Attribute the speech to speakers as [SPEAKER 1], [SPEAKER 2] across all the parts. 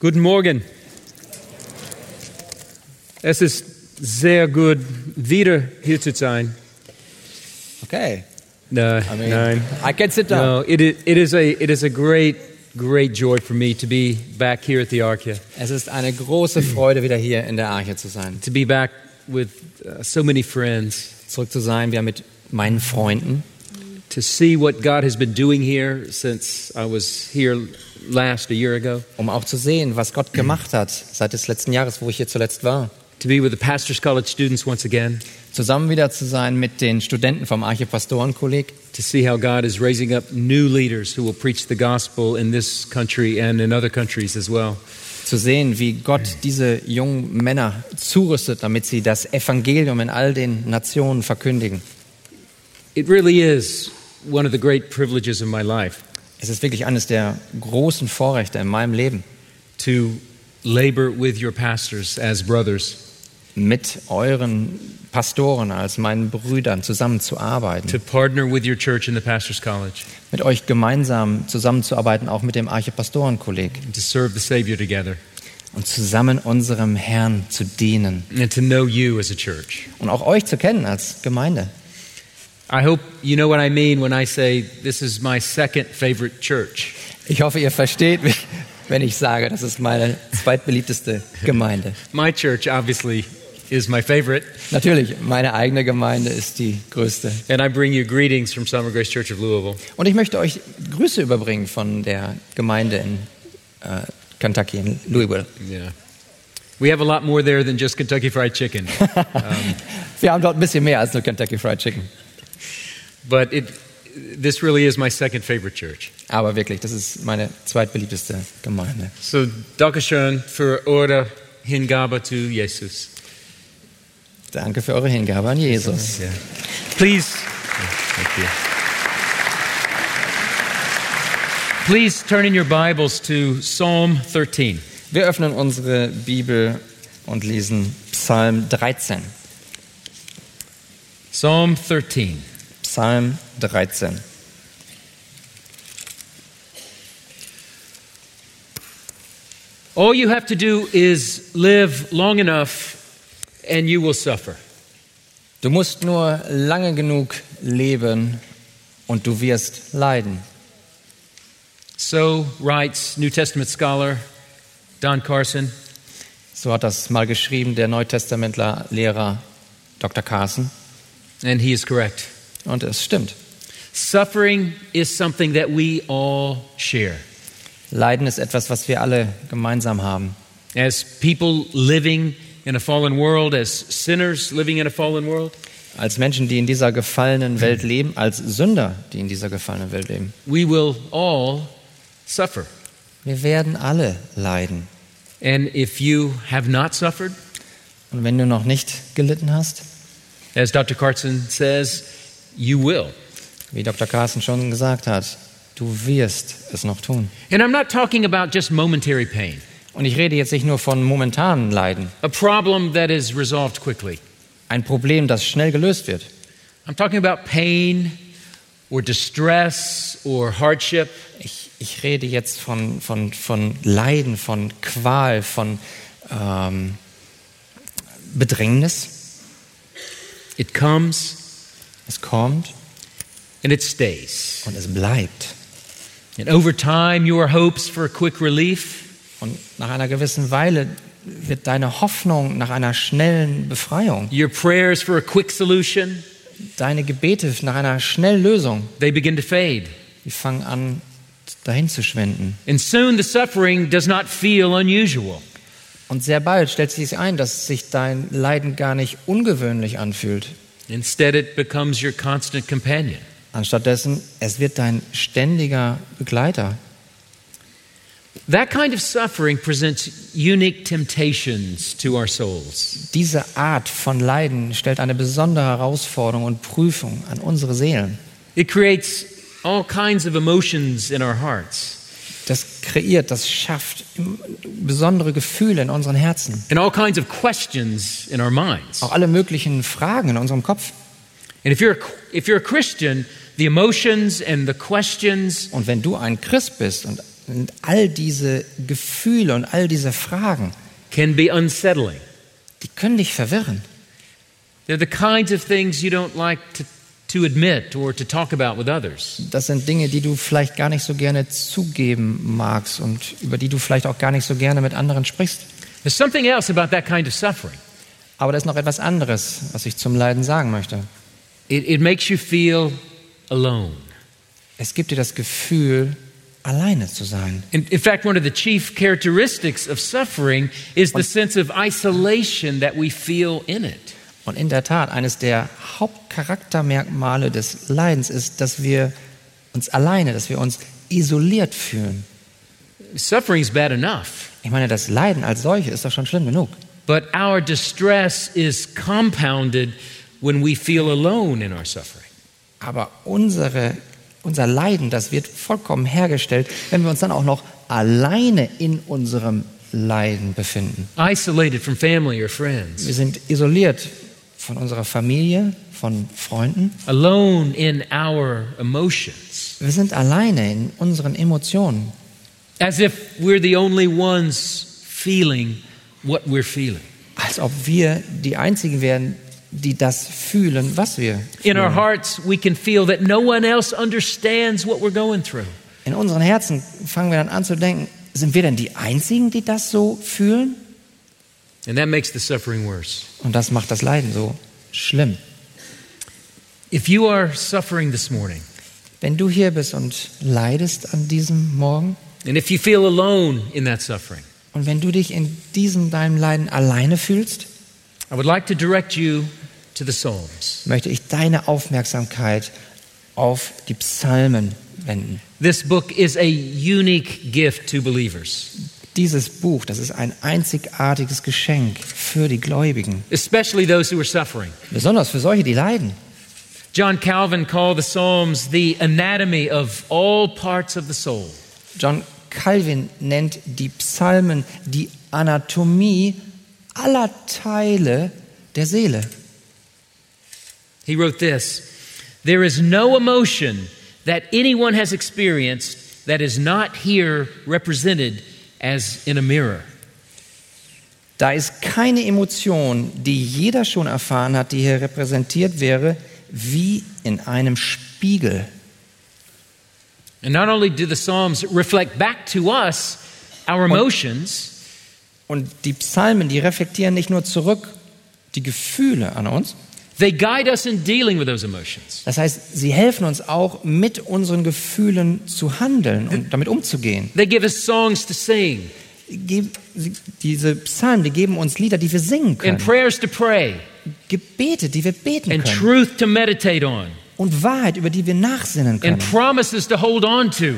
[SPEAKER 1] Guten Morgen. Es ist sehr gut, wieder hier zu sein.
[SPEAKER 2] Okay.
[SPEAKER 1] No,
[SPEAKER 2] I mean,
[SPEAKER 1] nein.
[SPEAKER 2] I can sit
[SPEAKER 1] No,
[SPEAKER 2] down.
[SPEAKER 1] it is, it is a it is a great great joy for me to be back here at the Arca,
[SPEAKER 2] Es ist eine große Freude, wieder hier in der Arche zu sein.
[SPEAKER 1] to be back with uh, so many friends,
[SPEAKER 2] Zurück zu sein, wieder mit meinen Freunden.
[SPEAKER 1] to see what God has been doing here since I was here last a year ago,
[SPEAKER 2] Um auch zu sehen, was Gott gemacht hat seit des letzten Jahres, wo ich hier zuletzt war.
[SPEAKER 1] to be with the pastors college students once again,
[SPEAKER 2] Zusammen wieder zu sein mit den Studenten vom Arche Pastorenkolleg.
[SPEAKER 1] to see how God is raising up new leaders who will preach the gospel in this country and in other countries as well.
[SPEAKER 2] Zu sehen, wie Gott diese jungen Männer zurüstet, damit sie das Evangelium in all den Nationen verkündigen.
[SPEAKER 1] It really is one of the great privileges of my life
[SPEAKER 2] Es ist wirklich eines der großen Vorrechte in meinem Leben,
[SPEAKER 1] to labor with your pastors as brothers,
[SPEAKER 2] mit euren Pastoren als meinen Brüdern zusammenzuarbeiten.
[SPEAKER 1] to partner with your church in the pastors' college,
[SPEAKER 2] mit euch gemeinsam zusammenzuarbeiten, auch mit dem Archipastorenkolleg
[SPEAKER 1] and to serve the Savior together,
[SPEAKER 2] und zusammen unserem Herrn zu dienen
[SPEAKER 1] and to know you as a church.
[SPEAKER 2] und auch euch zu kennen als Gemeinde.
[SPEAKER 1] I hope you know what I mean when I say this is my second favorite church.
[SPEAKER 2] Ich hoffe, ihr versteht mich, wenn ich sage, das ist meine zweitbeliebteste Gemeinde.
[SPEAKER 1] My church, obviously, is my favorite,
[SPEAKER 2] Natürlich, meine eigene Gemeinde ist die größte.
[SPEAKER 1] and I bring you greetings from Summer Grace Church of Louisville.
[SPEAKER 2] Und ich möchte euch Grüße überbringen von der Gemeinde in äh, Kentucky, in Louisville.
[SPEAKER 1] Yeah. We have a lot more there than just Kentucky Fried Chicken.
[SPEAKER 2] Wir haben dort ein bisschen mehr als nur Kentucky Fried Chicken.
[SPEAKER 1] But it, this really is my second favorite church.
[SPEAKER 2] Aber wirklich, das ist meine zweitbeliebteste Gemeinde.
[SPEAKER 1] So, Dankeschön für eure Hingabe zu Jesus.
[SPEAKER 2] Danke für eure Hingabe an Jesus.
[SPEAKER 1] Yeah. Please, thank you. Please turn in your Bibles to Psalm 13.
[SPEAKER 2] Wir öffnen unsere Bibel und lesen Psalm 13.
[SPEAKER 1] Psalm 13.
[SPEAKER 2] Psalm 13.
[SPEAKER 1] All you have to do is live long enough and you will suffer.
[SPEAKER 2] Du musst nur lange genug leben und du wirst leiden.
[SPEAKER 1] So writes New Testament scholar Don Carson.
[SPEAKER 2] So hat das mal geschrieben der Neutestamentler Lehrer Dr. Carson.
[SPEAKER 1] And he is correct.
[SPEAKER 2] Und es stimmt.
[SPEAKER 1] Suffering is something that we all share.
[SPEAKER 2] Leiden ist etwas, was wir alle gemeinsam haben.
[SPEAKER 1] As people living in a fallen world, as sinners living in a fallen world,
[SPEAKER 2] Als Menschen, die in dieser gefallenen Welt leben, als Sünder, die in dieser gefallenen Welt leben.
[SPEAKER 1] we will all suffer.
[SPEAKER 2] Wir werden alle leiden.
[SPEAKER 1] And if you have not suffered,
[SPEAKER 2] Und wenn du noch nicht gelitten hast,
[SPEAKER 1] as Dr. Carson says, you will.
[SPEAKER 2] Wie Dr. Carsten schon gesagt hat, du wirst es noch tun.
[SPEAKER 1] And I'm not talking about just momentary pain,
[SPEAKER 2] Und ich rede jetzt nicht nur von momentanen Leiden,
[SPEAKER 1] a problem that is resolved quickly.
[SPEAKER 2] ein Problem, das schnell gelöst wird.
[SPEAKER 1] I'm talking about pain or distress or hardship
[SPEAKER 2] Ich, ich rede jetzt von, von, von Leiden, von Qual, von ähm, Bedrängnis.
[SPEAKER 1] It comes
[SPEAKER 2] Es kommt
[SPEAKER 1] and it stays.
[SPEAKER 2] und es bleibt.
[SPEAKER 1] And over time, your hopes for quick relief
[SPEAKER 2] Und nach einer gewissen Weile wird deine Hoffnung nach einer schnellen Befreiung,
[SPEAKER 1] Your prayers for a quick solution,
[SPEAKER 2] deine Gebete nach einer schnellen Lösung,
[SPEAKER 1] they begin to fade.
[SPEAKER 2] die fangen an, dahin zu schwinden.
[SPEAKER 1] And soon the suffering does not feel unusual.
[SPEAKER 2] Und sehr bald stellt sich ein, dass sich dein Leiden gar nicht ungewöhnlich anfühlt.
[SPEAKER 1] Instead, it becomes your constant companion.
[SPEAKER 2] Anstattdessen, es wird dein ständiger Begleiter.
[SPEAKER 1] That kind of suffering presents unique temptations to our souls.
[SPEAKER 2] Diese Art von Leiden stellt eine besondere Herausforderung und Prüfung an unsere Seelen.
[SPEAKER 1] It creates all kinds of emotions in our hearts
[SPEAKER 2] Das kreiert, das schafft besondere Gefühle in unseren Herzen.
[SPEAKER 1] and all kinds of questions in our minds.
[SPEAKER 2] Auch alle möglichen Fragen in unserem Kopf.
[SPEAKER 1] And if you're, a, if you're a Christian, the emotions and the questions
[SPEAKER 2] Und wenn du ein Christ bist und Und all diese Gefühle und all diese Fragen,
[SPEAKER 1] can be unsettling.
[SPEAKER 2] die können dich verwirren.
[SPEAKER 1] They're the kinds of things you don't like to, to admit or to talk about with others.
[SPEAKER 2] Das sind Dinge, die du vielleicht gar nicht so gerne zugeben magst und über die du vielleicht auch gar nicht so gerne mit anderen sprichst.
[SPEAKER 1] There's something else about that kind of suffering.
[SPEAKER 2] Aber da ist noch etwas anderes, was ich zum Leiden sagen möchte.
[SPEAKER 1] It, it makes you feel alone.
[SPEAKER 2] Es gibt dir das Gefühl, alleine zu sein.
[SPEAKER 1] In, in fact, one of the chief characteristics of suffering is the sense of isolation that we feel in it.
[SPEAKER 2] Und in der Tat, eines der Hauptcharaktermerkmale des Leidens ist, dass wir uns alleine, dass wir uns isoliert fühlen.
[SPEAKER 1] Suffering's bad enough,
[SPEAKER 2] Ich meine, das Leiden als solches ist doch schon schlimm genug.
[SPEAKER 1] but our distress is compounded when we feel alone in our suffering.
[SPEAKER 2] Aber unsere, unser Leiden, das wird vollkommen hergestellt, wenn wir uns dann auch noch alleine in unserem Leiden befinden.
[SPEAKER 1] Isolated from family or friends,
[SPEAKER 2] Wir sind isoliert von unserer Familie, von Freunden.
[SPEAKER 1] alone in our emotions,
[SPEAKER 2] Wir sind alleine in unseren Emotionen,
[SPEAKER 1] as if we're the only ones feeling what we're feeling.
[SPEAKER 2] als ob wir die Einzigen wären, die das fühlen, was wir
[SPEAKER 1] In our
[SPEAKER 2] fühlen.
[SPEAKER 1] hearts, we can feel that no one else understands what we're going through.
[SPEAKER 2] In unseren Herzen fangen wir dann an zu denken, sind wir denn die Einzigen, die das so fühlen?
[SPEAKER 1] And that makes the suffering worse.
[SPEAKER 2] Und das macht das Leiden so schlimm.
[SPEAKER 1] If you are suffering this morning,
[SPEAKER 2] Wenn du hier bist und leidest an diesem Morgen
[SPEAKER 1] and if you feel alone in that suffering,
[SPEAKER 2] und wenn du dich in diesem deinem Leiden alleine fühlst,
[SPEAKER 1] I would like to direct you to the Psalms.
[SPEAKER 2] möchte ich deine Aufmerksamkeit auf die Psalmen wenden.
[SPEAKER 1] This book is a unique gift to believers,
[SPEAKER 2] Dieses Buch, das ist ein einzigartiges Geschenk für die Gläubigen,
[SPEAKER 1] especially those who are suffering.
[SPEAKER 2] besonders für solche, die leiden.
[SPEAKER 1] John Calvin called the Psalms the anatomy of all parts of the soul.
[SPEAKER 2] John Calvin nennt die Psalmen die Anatomie aller Teile der Seele.
[SPEAKER 1] He wrote this There is no emotion that anyone has experienced that is not here represented as in a mirror.
[SPEAKER 2] Da ist keine Emotion, die jeder schon erfahren hat, die hier repräsentiert wäre, wie in einem Spiegel.
[SPEAKER 1] And not only do the Psalms reflect back to us our emotions,
[SPEAKER 2] Und die Psalmen, die reflektieren nicht nur zurück die Gefühle an uns,
[SPEAKER 1] they guide us in dealing with those emotions.
[SPEAKER 2] das heißt, sie helfen uns auch, mit unseren Gefühlen zu handeln und damit umzugehen.
[SPEAKER 1] They give us songs to sing
[SPEAKER 2] Ge- sie- Diese Psalmen, die geben uns Lieder, die wir singen
[SPEAKER 1] and
[SPEAKER 2] können.
[SPEAKER 1] prayers to pray
[SPEAKER 2] Gebete, die wir beten
[SPEAKER 1] and
[SPEAKER 2] können
[SPEAKER 1] truth to meditate on
[SPEAKER 2] und Wahrheit, über die wir nachsinnen
[SPEAKER 1] and
[SPEAKER 2] können
[SPEAKER 1] promises to hold on to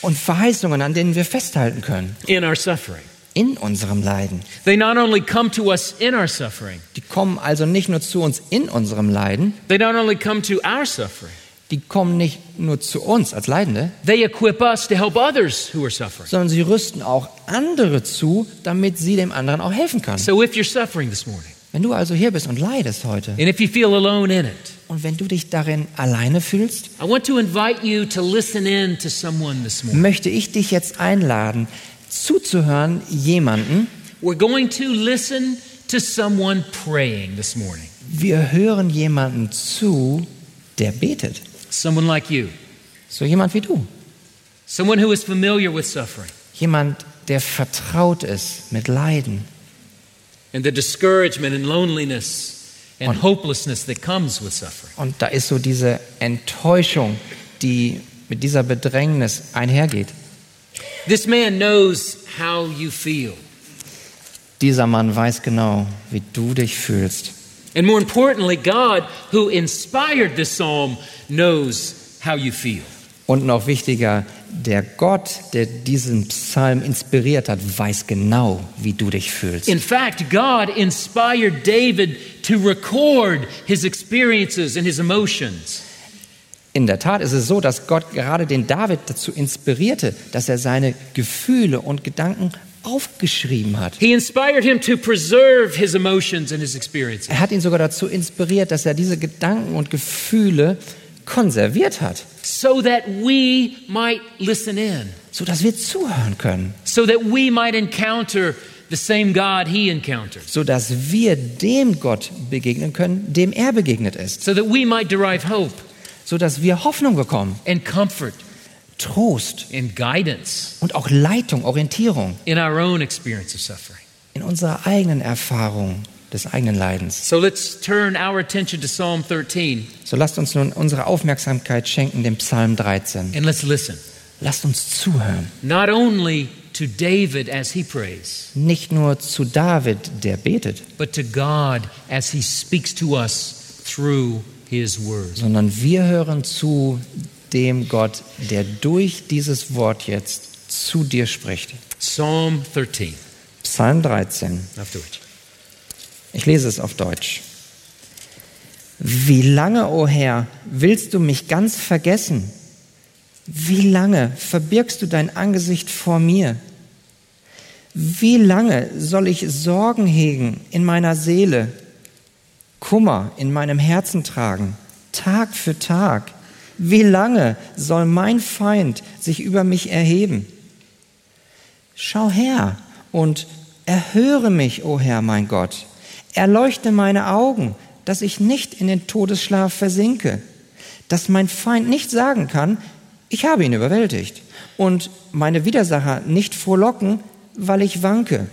[SPEAKER 2] und Verheißungen, an denen wir festhalten können
[SPEAKER 1] in our suffering.
[SPEAKER 2] in unserem Leiden.
[SPEAKER 1] They not only come to us in our suffering,
[SPEAKER 2] Die kommen also nicht nur zu uns in unserem Leiden,
[SPEAKER 1] they not only come to our suffering,
[SPEAKER 2] die kommen nicht nur zu uns als Leidende,
[SPEAKER 1] they equip us to help others who are suffering.
[SPEAKER 2] sondern sie rüsten auch andere zu, damit sie dem anderen auch helfen können.
[SPEAKER 1] So if you're suffering this morning,
[SPEAKER 2] Wenn du also hier bist und leidest heute
[SPEAKER 1] and if you feel alone in it,
[SPEAKER 2] und wenn du dich darin alleine fühlst,
[SPEAKER 1] I want to invite you to listen in to someone this morning.
[SPEAKER 2] möchte ich dich jetzt einladen, zuzuhören jemanden.
[SPEAKER 1] We're going to listen to someone praying this morning.
[SPEAKER 2] Wir hören jemanden zu, der betet.
[SPEAKER 1] Someone like you.
[SPEAKER 2] So jemand wie du.
[SPEAKER 1] Someone who is familiar with suffering
[SPEAKER 2] Jemand, der vertraut ist mit Leiden
[SPEAKER 1] and the discouragement and loneliness and
[SPEAKER 2] Und-
[SPEAKER 1] hopelessness that comes with suffering.
[SPEAKER 2] und da ist so diese Enttäuschung, die mit dieser Bedrängnis einhergeht.
[SPEAKER 1] This man knows how you feel.
[SPEAKER 2] Dieser Mann weiß genau, wie du dich fühlst.
[SPEAKER 1] And more importantly, God, who inspired this psalm, knows how you feel.
[SPEAKER 2] Und noch wichtiger, der Gott, der diesen Psalm inspiriert hat, weiß genau, wie du dich fühlst.
[SPEAKER 1] In fact, God inspired David to record his experiences and his emotions.
[SPEAKER 2] In der Tat ist es so, dass Gott gerade den David dazu inspirierte, dass er seine Gefühle und Gedanken aufgeschrieben hat.
[SPEAKER 1] He inspired him to preserve his emotions and his experiences.
[SPEAKER 2] Er hat ihn sogar dazu inspiriert, dass er diese Gedanken und Gefühle konserviert hat,
[SPEAKER 1] so that we might listen in,
[SPEAKER 2] sodass wir zuhören können,
[SPEAKER 1] so that we might encounter the same God he encountered,
[SPEAKER 2] sodass wir dem Gott begegnen können, dem er begegnet ist,
[SPEAKER 1] so that we might derive hope
[SPEAKER 2] sodass wir Hoffnung bekommen,
[SPEAKER 1] and comfort
[SPEAKER 2] Trost
[SPEAKER 1] and guidance
[SPEAKER 2] und auch Leitung, Orientierung
[SPEAKER 1] in our own experience of suffering.
[SPEAKER 2] in unserer eigenen Erfahrung des eigenen Leidens.
[SPEAKER 1] So let's turn our attention to Psalm 13
[SPEAKER 2] So lasst uns nun unsere Aufmerksamkeit schenken dem Psalm 13.
[SPEAKER 1] and let's listen.
[SPEAKER 2] Lasst uns zuhören,
[SPEAKER 1] Not only to David as he prays,
[SPEAKER 2] nicht nur zu David, der betet,
[SPEAKER 1] but to God as he speaks to us through his word.
[SPEAKER 2] sondern wir hören zu dem Gott, der durch dieses Wort jetzt zu dir spricht.
[SPEAKER 1] Psalm 13.
[SPEAKER 2] Psalm 13.
[SPEAKER 1] Auf Deutsch.
[SPEAKER 2] Ich lese es auf Deutsch. Wie lange, o Herr, willst du mich ganz vergessen? Wie lange verbirgst du dein Angesicht vor mir? Wie lange soll ich Sorgen hegen in meiner Seele, Kummer in meinem Herzen tragen, Tag für Tag? Wie lange soll mein Feind sich über mich erheben? Schau her und erhöre mich, o Herr, mein Gott. Erleuchte meine Augen, dass ich nicht in den Todesschlaf versinke, dass mein Feind nicht sagen kann, ich habe ihn überwältigt, und meine Widersacher nicht frohlocken, weil ich wanke.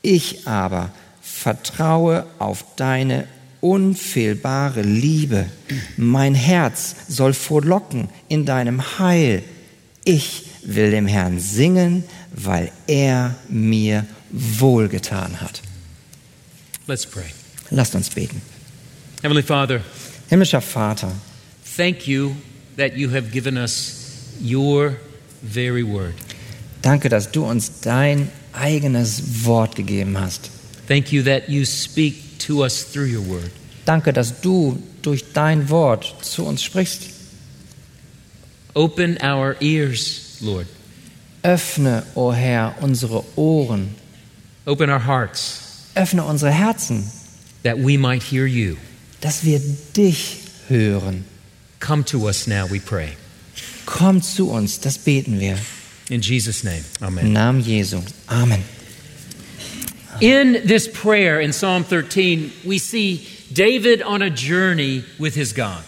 [SPEAKER 2] Ich aber vertraue auf deine unfehlbare Liebe. Mein Herz soll frohlocken in deinem Heil. Ich will dem Herrn singen, weil er mir wohlgetan hat.
[SPEAKER 1] Let's pray.
[SPEAKER 2] Lasst uns beten.
[SPEAKER 1] Heavenly Father,
[SPEAKER 2] Himmlischer Vater,
[SPEAKER 1] thank you that you have given us your very word.
[SPEAKER 2] danke, dass du uns dein eigenes Wort gegeben hast.
[SPEAKER 1] Thank you that you speak to us through your word.
[SPEAKER 2] Danke, dass du durch dein Wort zu uns sprichst.
[SPEAKER 1] Open our ears, Lord.
[SPEAKER 2] Öffne, o Herr, unsere Ohren,
[SPEAKER 1] Open our hearts
[SPEAKER 2] öffne unsere Herzen,
[SPEAKER 1] that we might hear you.
[SPEAKER 2] dass wir dich hören.
[SPEAKER 1] Come to us now, we pray.
[SPEAKER 2] Komm zu uns, das beten wir.
[SPEAKER 1] In Jesus' name, amen.
[SPEAKER 2] Im Namen Jesu. Amen.
[SPEAKER 1] In this prayer in Psalm 13, we see David on a journey with his God.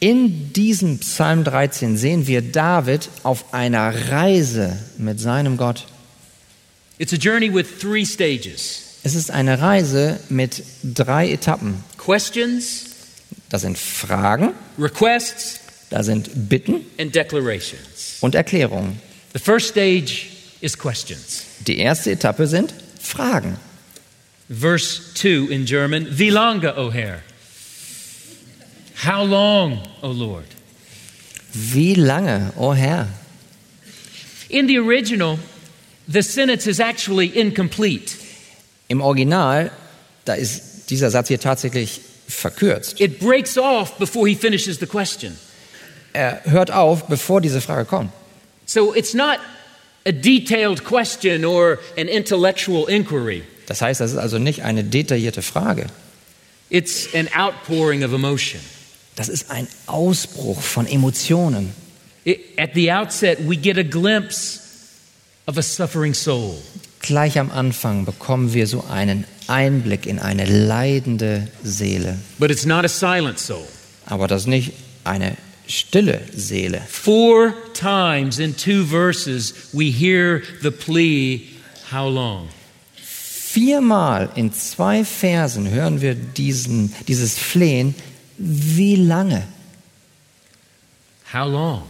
[SPEAKER 2] In diesem Psalm 13 sehen wir David auf einer Reise mit seinem Gott.
[SPEAKER 1] It's a journey with three stages
[SPEAKER 2] Es ist eine Reise mit drei Etappen.
[SPEAKER 1] questions,
[SPEAKER 2] Da sind Fragen,
[SPEAKER 1] requests,
[SPEAKER 2] da sind Bitten
[SPEAKER 1] and declarations.
[SPEAKER 2] und Erklärungen.
[SPEAKER 1] The first stage is questions.
[SPEAKER 2] Die erste Etappe sind Fragen.
[SPEAKER 1] Verse 2 in German, Wie lange, O Herr? How long, O Lord?
[SPEAKER 2] Wie lange, o oh Herr?
[SPEAKER 1] In the original, the sentence is actually incomplete.
[SPEAKER 2] Im Original, da ist dieser Satz hier tatsächlich verkürzt.
[SPEAKER 1] It breaks off before he finishes the question.
[SPEAKER 2] Er hört auf, bevor diese Frage kommt.
[SPEAKER 1] So it's not a detailed question or an intellectual inquiry,
[SPEAKER 2] Das heißt, das ist also nicht eine detaillierte Frage.
[SPEAKER 1] it's an outpouring of emotion.
[SPEAKER 2] Das ist ein Ausbruch von Emotionen.
[SPEAKER 1] It, at the outset, we get a glimpse of a suffering soul.
[SPEAKER 2] Gleich am Anfang bekommen wir so einen Einblick in eine leidende Seele.
[SPEAKER 1] But it's not a silent soul.
[SPEAKER 2] Aber das ist nicht eine stille Seele.
[SPEAKER 1] Four times in two verses, we hear the plea, How long?
[SPEAKER 2] Viermal in zwei Versen hören wir diesen, dieses Flehen. Wie lange?
[SPEAKER 1] How long?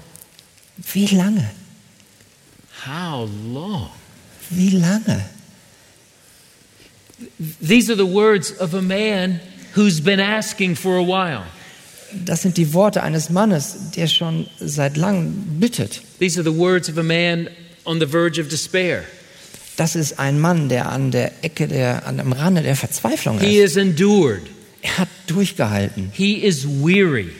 [SPEAKER 2] Wie lange?
[SPEAKER 1] How long?
[SPEAKER 2] Wie lange?
[SPEAKER 1] These are the words of a man who's been asking for a while.
[SPEAKER 2] Das sind die Worte eines Mannes, der schon seit langem bittet.
[SPEAKER 1] These are the words of a man on the verge of despair.
[SPEAKER 2] Das ist ein Mann, der an der Ecke, der, an dem Rande der Verzweiflung
[SPEAKER 1] He
[SPEAKER 2] ist.
[SPEAKER 1] is endured.
[SPEAKER 2] Er hat durchgehalten,
[SPEAKER 1] He is weary.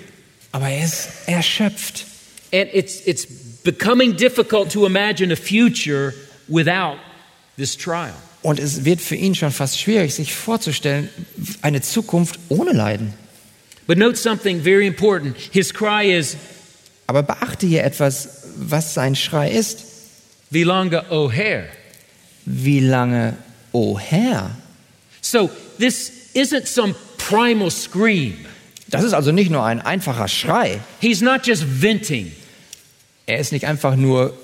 [SPEAKER 2] aber er ist erschöpft.
[SPEAKER 1] And it's, it's becoming difficult to imagine a future without this trial.
[SPEAKER 2] Und es wird für ihn schon fast schwierig, sich vorzustellen, eine Zukunft ohne Leiden.
[SPEAKER 1] But note something very important. His cry is,
[SPEAKER 2] Aber beachte hier etwas, was sein Schrei ist.
[SPEAKER 1] Wie lange, O Herr?
[SPEAKER 2] Wie lange, o Herr?
[SPEAKER 1] So this isn't some primal scream.
[SPEAKER 2] Das ist also nicht nur ein einfacher Schrei.
[SPEAKER 1] He's not just venting,
[SPEAKER 2] Er ist nicht einfach nur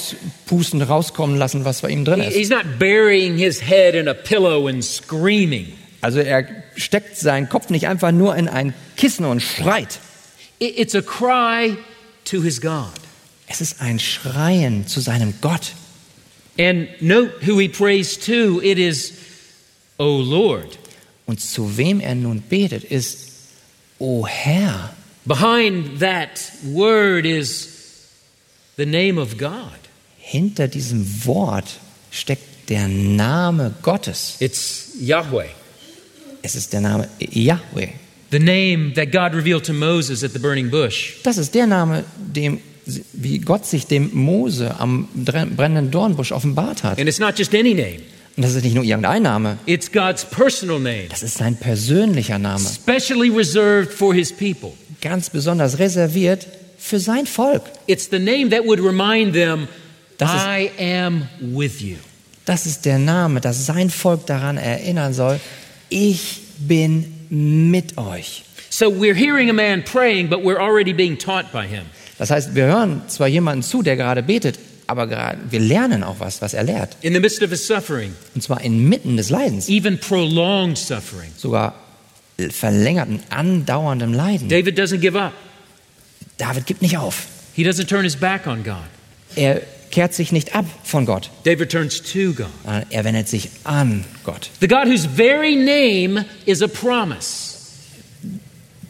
[SPEAKER 2] auspusten, rauskommen lassen, was bei ihm drin ist.
[SPEAKER 1] he's not burying his head in a pillow and screaming.
[SPEAKER 2] Also er steckt seinen Kopf nicht einfach nur in ein Kissen und schreit.
[SPEAKER 1] It- It's a cry to his God.
[SPEAKER 2] Es ist ein Schreien zu seinem Gott.
[SPEAKER 1] And note who he prays to. It is, O Lord.
[SPEAKER 2] Und zu wem er nun betet, ist, O Herr.
[SPEAKER 1] Behind that word is the name of God.
[SPEAKER 2] Hinter diesem Wort steckt der Name Gottes.
[SPEAKER 1] It's Yahweh,
[SPEAKER 2] Es ist der Name Yahweh.
[SPEAKER 1] the name that God revealed to Moses at the burning bush.
[SPEAKER 2] Das ist der Name, dem, wie Gott sich dem Mose am dre- brennenden Dornbusch offenbart hat.
[SPEAKER 1] And it's not just any name,
[SPEAKER 2] Und das ist nicht nur irgendein Name,
[SPEAKER 1] it's God's personal name,
[SPEAKER 2] das ist sein persönlicher Name.
[SPEAKER 1] specially reserved for his people.
[SPEAKER 2] Ganz besonders reserviert für sein Volk.
[SPEAKER 1] It's the name that would remind them,
[SPEAKER 2] Das ist-
[SPEAKER 1] I am with you.
[SPEAKER 2] Das ist der Name, dass sein Volk daran erinnern soll, ich bin mit euch.
[SPEAKER 1] So we're hearing a man praying, but we're already being taught by him.
[SPEAKER 2] Das heißt, wir hören zwar jemanden zu, der gerade betet, aber gerade, wir lernen auch was, was er lehrt.
[SPEAKER 1] In the midst of his suffering,
[SPEAKER 2] Und zwar inmitten des Leidens,
[SPEAKER 1] even prolonged suffering,
[SPEAKER 2] sogar verlängerten, andauerndem Leiden.
[SPEAKER 1] David doesn't give up.
[SPEAKER 2] David gibt nicht auf.
[SPEAKER 1] He doesn't turn his back on God.
[SPEAKER 2] Er kehrt sich nicht ab von Gott,
[SPEAKER 1] David turns to God.
[SPEAKER 2] sondern er wendet sich an Gott.
[SPEAKER 1] The God whose very name is a promise.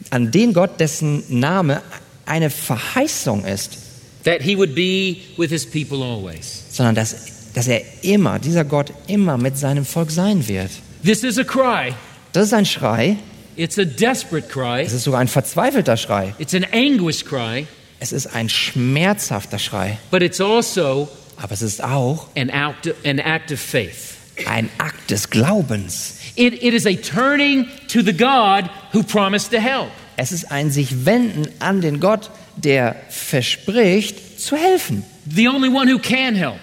[SPEAKER 2] An den Gott, dessen Name eine Verheißung ist,
[SPEAKER 1] That he would be with his people always.
[SPEAKER 2] sondern dass, dass er immer, dieser Gott immer mit seinem Volk sein wird.
[SPEAKER 1] This is a cry.
[SPEAKER 2] Das ist ein Schrei.
[SPEAKER 1] It's a desperate cry.
[SPEAKER 2] Es ist sogar ein verzweifelter Schrei.
[SPEAKER 1] It's an anguish cry,
[SPEAKER 2] Es ist ein schmerzhafter Schrei.
[SPEAKER 1] but it's also
[SPEAKER 2] Aber es ist auch
[SPEAKER 1] an act, an act of faith.
[SPEAKER 2] ein Akt des Glaubens.
[SPEAKER 1] It, it is a turning to the God who promised to help.
[SPEAKER 2] Es ist ein sich wenden an den Gott, der verspricht zu helfen.
[SPEAKER 1] The only one who can help.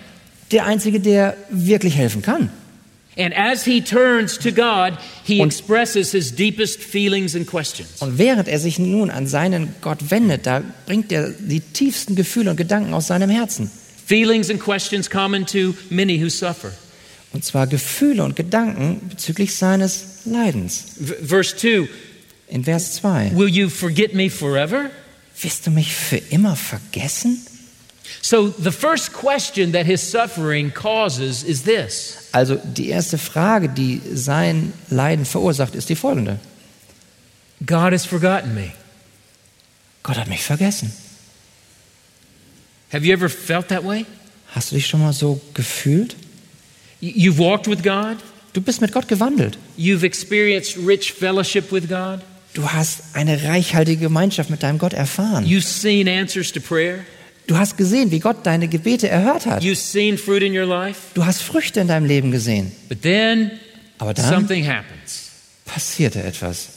[SPEAKER 2] Der einzige, der wirklich helfen kann.
[SPEAKER 1] And as he turns to God, he
[SPEAKER 2] Und-
[SPEAKER 1] expresses his deepest feelings and questions.
[SPEAKER 2] Und während er sich nun an seinen Gott wendet, da bringt er die tiefsten Gefühle und Gedanken aus seinem Herzen.
[SPEAKER 1] Feelings and questions common to many who suffer.
[SPEAKER 2] Und zwar Gefühle und Gedanken bezüglich seines Leidens.
[SPEAKER 1] V- verse 2
[SPEAKER 2] In Vers 2.
[SPEAKER 1] Will you forget me forever?
[SPEAKER 2] Wirst du mich für immer vergessen?
[SPEAKER 1] So, the first question that his suffering causes is this
[SPEAKER 2] Also die erste Frage, die sein Leiden verursacht, ist die folgende.
[SPEAKER 1] God has forgotten me.
[SPEAKER 2] Gott hat mich vergessen.
[SPEAKER 1] Have you ever felt that way?
[SPEAKER 2] Hast du dich schon mal so gefühlt?
[SPEAKER 1] Y- You've walked with God,
[SPEAKER 2] Du bist mit Gott gewandelt.
[SPEAKER 1] you've experienced rich fellowship with God,
[SPEAKER 2] Du hast eine reichhaltige Gemeinschaft mit deinem Gott erfahren.
[SPEAKER 1] you've seen answers to prayer,
[SPEAKER 2] Du hast gesehen, wie Gott deine Gebete erhört hat.
[SPEAKER 1] you've seen fruit in your life,
[SPEAKER 2] Du hast Früchte in deinem Leben gesehen.
[SPEAKER 1] but then
[SPEAKER 2] Aber dann
[SPEAKER 1] something happens.
[SPEAKER 2] passierte etwas.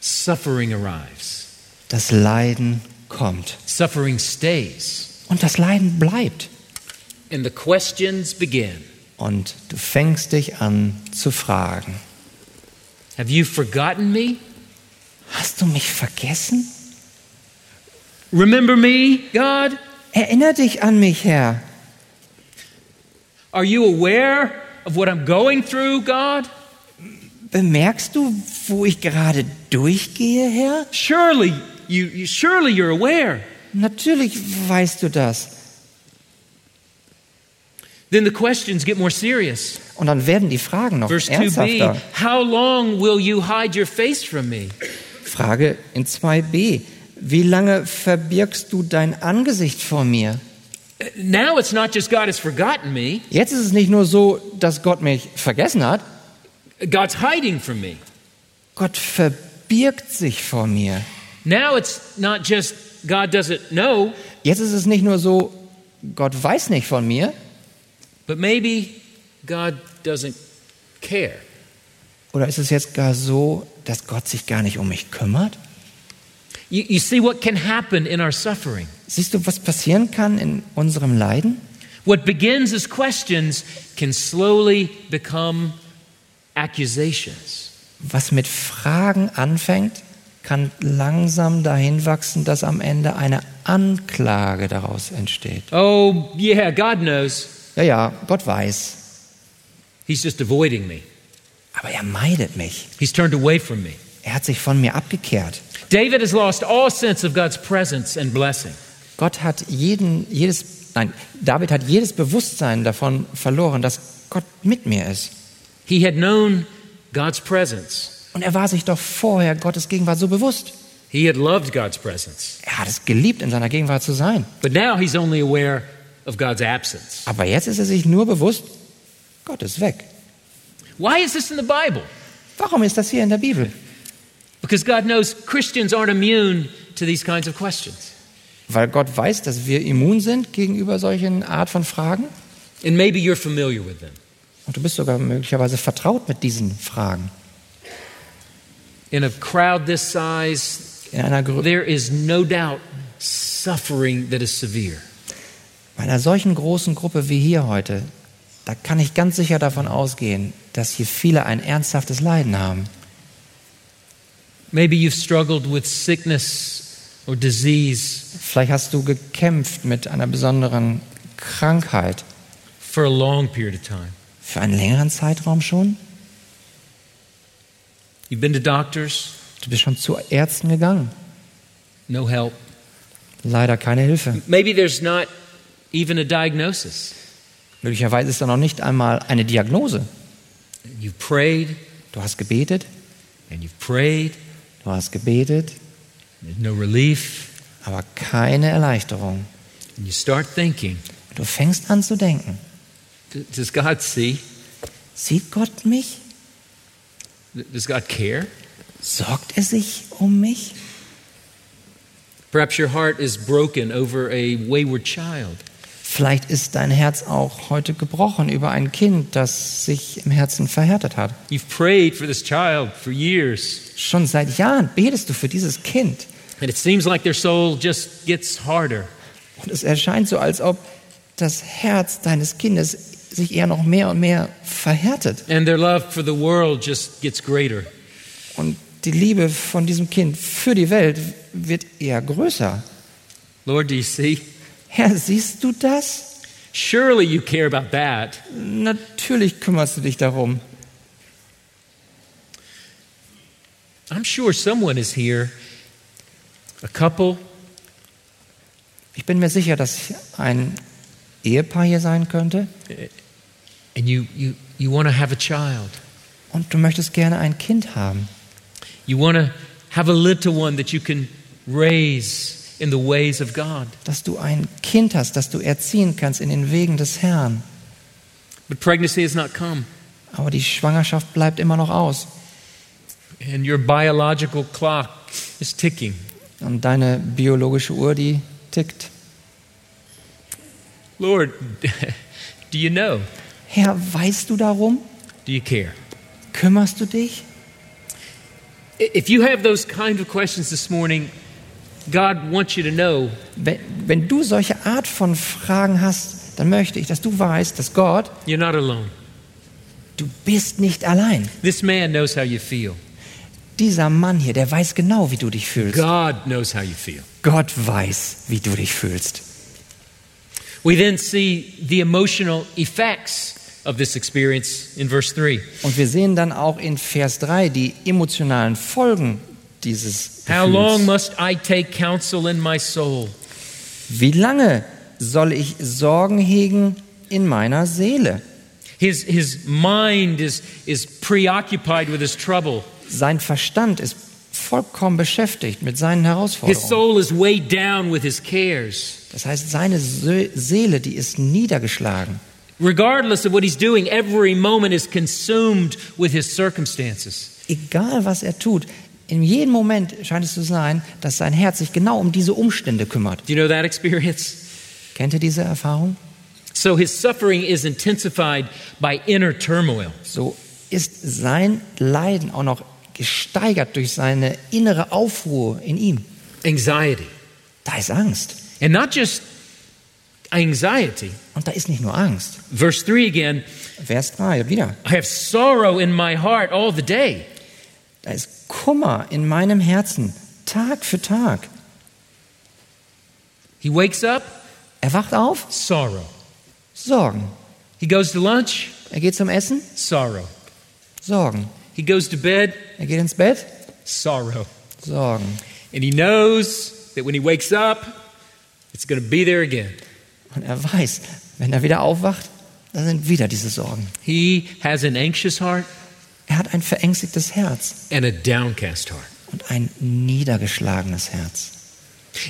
[SPEAKER 1] Suffering arrives,
[SPEAKER 2] Das Leiden kommt.
[SPEAKER 1] suffering stays,
[SPEAKER 2] Und das Leiden bleibt.
[SPEAKER 1] and the questions begin.
[SPEAKER 2] Und du fängst dich an zu fragen.
[SPEAKER 1] Have you forgotten me?
[SPEAKER 2] Hast du mich vergessen?
[SPEAKER 1] Remember me, God?
[SPEAKER 2] Erinner dich an mich, Herr.
[SPEAKER 1] Are you aware of what I'm going through, God?
[SPEAKER 2] Bemerkst du, wo ich gerade durchgehe, Herr?
[SPEAKER 1] Surely you, you surely you're aware.
[SPEAKER 2] Natürlich weißt du das.
[SPEAKER 1] Then the questions get more serious.
[SPEAKER 2] Und dann werden die Fragen noch
[SPEAKER 1] Verse 2b,
[SPEAKER 2] ernsthafter.
[SPEAKER 1] how long will you hide your face from me?
[SPEAKER 2] Frage in 2b. Wie lange verbirgst du dein Angesicht vor mir?
[SPEAKER 1] Now it's not just God has forgotten me,
[SPEAKER 2] Jetzt ist es nicht nur so, dass Gott mich vergessen hat.
[SPEAKER 1] God's hiding from me.
[SPEAKER 2] Gott verbirgt sich vor mir.
[SPEAKER 1] Now it's not just God doesn't know,
[SPEAKER 2] Jetzt ist es nicht nur so, Gott weiß nicht von mir,
[SPEAKER 1] but maybe God doesn't care.
[SPEAKER 2] Oder ist es jetzt gar so, dass Gott sich gar nicht um mich kümmert?
[SPEAKER 1] You, you see what can happen in our suffering.
[SPEAKER 2] Siehst du, was passieren kann in unserem Leiden?
[SPEAKER 1] What begins as questions can slowly become accusations.
[SPEAKER 2] Was mit Fragen anfängt, kann langsam dahin wachsen, dass am Ende eine Anklage daraus entsteht.
[SPEAKER 1] Oh, yeah, God knows.
[SPEAKER 2] Ja, ja, Gott weiß,
[SPEAKER 1] He's just avoiding me.
[SPEAKER 2] aber er meidet mich.
[SPEAKER 1] He's turned away from me.
[SPEAKER 2] Er hat sich von mir abgekehrt.
[SPEAKER 1] David has lost all sense of God's presence and blessing.
[SPEAKER 2] Gott hat jeden, jedes, nein, David hat jedes Bewusstsein davon verloren, dass Gott mit mir ist.
[SPEAKER 1] He had known God's presence,
[SPEAKER 2] Und er war sich doch vorher Gottes Gegenwart so bewusst.
[SPEAKER 1] he had loved God's presence,
[SPEAKER 2] Er hat es geliebt, in seiner Gegenwart zu sein.
[SPEAKER 1] but now he's only aware of God's absence.
[SPEAKER 2] Aber jetzt ist er sich nur bewusst, Gott ist weg.
[SPEAKER 1] Why is this in the Bible?
[SPEAKER 2] Warum ist das hier in der Bibel?
[SPEAKER 1] Because God knows Christians aren't immune to these kinds of questions.
[SPEAKER 2] Weil Gott weiß, dass wir immun sind gegenüber solchen Art von Fragen.
[SPEAKER 1] And maybe you're familiar with them.
[SPEAKER 2] Und du bist sogar möglicherweise vertraut mit diesen Fragen.
[SPEAKER 1] In a crowd this size,
[SPEAKER 2] In einer, Gru-
[SPEAKER 1] there is no doubt suffering that is severe.
[SPEAKER 2] bei einer solchen großen Gruppe wie hier heute, da kann ich ganz sicher davon ausgehen, dass hier viele ein ernsthaftes Leiden haben.
[SPEAKER 1] Maybe you've struggled with sickness or disease
[SPEAKER 2] Vielleicht hast du gekämpft mit einer besonderen Krankheit
[SPEAKER 1] for a long period of time.
[SPEAKER 2] für einen längeren Zeitraum schon.
[SPEAKER 1] You've been to doctors,
[SPEAKER 2] Du bist schon zu Ärzten gegangen.
[SPEAKER 1] no help.
[SPEAKER 2] Leider keine Hilfe.
[SPEAKER 1] Maybe there's not even a diagnosis.
[SPEAKER 2] Möglicherweise ist da noch nicht einmal eine Diagnose.
[SPEAKER 1] You've prayed
[SPEAKER 2] Du hast gebetet,
[SPEAKER 1] and you've prayed,
[SPEAKER 2] du hast gebetet,
[SPEAKER 1] there's no relief.
[SPEAKER 2] aber keine Erleichterung.
[SPEAKER 1] And you start thinking,
[SPEAKER 2] Du fängst an zu denken.
[SPEAKER 1] "D- does God see?
[SPEAKER 2] Sieht Gott mich?
[SPEAKER 1] D- Does God care?
[SPEAKER 2] Sorgt er sich um mich?
[SPEAKER 1] Perhaps your heart is broken over a wayward child.
[SPEAKER 2] Vielleicht ist dein Herz auch heute gebrochen über ein Kind, das sich im Herzen verhärtet hat.
[SPEAKER 1] You've prayed for this child for years,
[SPEAKER 2] Schon seit Jahren betest du für dieses Kind.
[SPEAKER 1] and it seems like their soul just gets harder.
[SPEAKER 2] Und es erscheint so, als ob das Herz deines Kindes sich eher noch mehr und mehr verhärtet.
[SPEAKER 1] And their love for the world just gets greater.
[SPEAKER 2] Und die Liebe von diesem Kind für die Welt wird eher größer.
[SPEAKER 1] Lord, do you see?
[SPEAKER 2] Herr, siehst du das?
[SPEAKER 1] Surely you care about that.
[SPEAKER 2] Natürlich kümmerst du dich darum.
[SPEAKER 1] I'm sure someone is here, a couple,
[SPEAKER 2] Ich bin mir sicher, dass ein Ehepaar hier sein könnte
[SPEAKER 1] and you, you, you want to have a child.
[SPEAKER 2] und du möchtest gerne ein Kind haben.
[SPEAKER 1] You want to have a little one that you can raise in the ways of God.
[SPEAKER 2] Dass du ein Kind hast, das du erziehen kannst in den Wegen des Herrn.
[SPEAKER 1] But pregnancy has not come,
[SPEAKER 2] Aber die Schwangerschaft bleibt immer noch aus.
[SPEAKER 1] and your biological clock is ticking.
[SPEAKER 2] Und deine biologische Uhr, die tickt.
[SPEAKER 1] Lord, do you know?
[SPEAKER 2] Herr, weißt du darum?
[SPEAKER 1] Do you care?
[SPEAKER 2] Kümmerst du dich?
[SPEAKER 1] I- If you have those kind of questions this morning, God wants you to know
[SPEAKER 2] Wenn, wenn du solche Art von Fragen hast, dann möchte ich, dass du weißt, dass Gott,
[SPEAKER 1] you're not alone.
[SPEAKER 2] du bist nicht allein.
[SPEAKER 1] This man knows how you feel.
[SPEAKER 2] Dieser Mann hier, der weiß genau, wie du dich fühlst.
[SPEAKER 1] God knows how you feel.
[SPEAKER 2] Gott weiß, wie du dich fühlst.
[SPEAKER 1] We then see the emotional effects of this experience in verse 3.
[SPEAKER 2] Und wir sehen dann auch in Vers 3 die emotionalen Folgen dieses
[SPEAKER 1] How long
[SPEAKER 2] Gefühls.
[SPEAKER 1] must I take counsel in my soul?
[SPEAKER 2] Wie lange soll ich Sorgen hegen in meiner Seele?
[SPEAKER 1] His, his mind is, is preoccupied with his trouble.
[SPEAKER 2] Sein Verstand ist vollkommen beschäftigt mit seinen
[SPEAKER 1] His
[SPEAKER 2] Herausforderungen.
[SPEAKER 1] soul is weighed down with his cares.
[SPEAKER 2] Das heißt, seine Se- Seele, die ist niedergeschlagen.
[SPEAKER 1] Regardless of what he's doing, every moment is consumed with his circumstances.
[SPEAKER 2] Egal, was er tut, in jedem Moment scheint es zu sein, dass sein Herz sich genau um diese Umstände kümmert.
[SPEAKER 1] Do you know that experience?
[SPEAKER 2] Kennt ihr diese Erfahrung?
[SPEAKER 1] So his suffering is intensified by inner turmoil.
[SPEAKER 2] So ist sein Leiden auch noch gesteigert durch seine innere Aufruhr in ihm.
[SPEAKER 1] anxiety.
[SPEAKER 2] Da ist Angst.
[SPEAKER 1] And not just anxiety.
[SPEAKER 2] Und da ist nicht nur Angst.
[SPEAKER 1] Verse 3 again
[SPEAKER 2] Vers 3 wieder.
[SPEAKER 1] I have sorrow in my heart all the day.
[SPEAKER 2] Da ist Kummer in meinem Herzen, Tag für Tag.
[SPEAKER 1] He wakes up,
[SPEAKER 2] Er wacht auf,
[SPEAKER 1] sorrow.
[SPEAKER 2] Sorgen.
[SPEAKER 1] He goes to lunch,
[SPEAKER 2] Er geht zum Essen,
[SPEAKER 1] sorrow.
[SPEAKER 2] Sorgen.
[SPEAKER 1] He goes to bed,
[SPEAKER 2] Er geht ins Bett,
[SPEAKER 1] sorrow.
[SPEAKER 2] Sorgen.
[SPEAKER 1] And he knows that when he wakes up, it's going to be there again.
[SPEAKER 2] Und er weiß, wenn er wieder aufwacht, da sind wieder diese Sorgen.
[SPEAKER 1] He has an anxious heart
[SPEAKER 2] Er hat ein verängstigtes Herz
[SPEAKER 1] and a downcast heart.
[SPEAKER 2] und ein niedergeschlagenes Herz.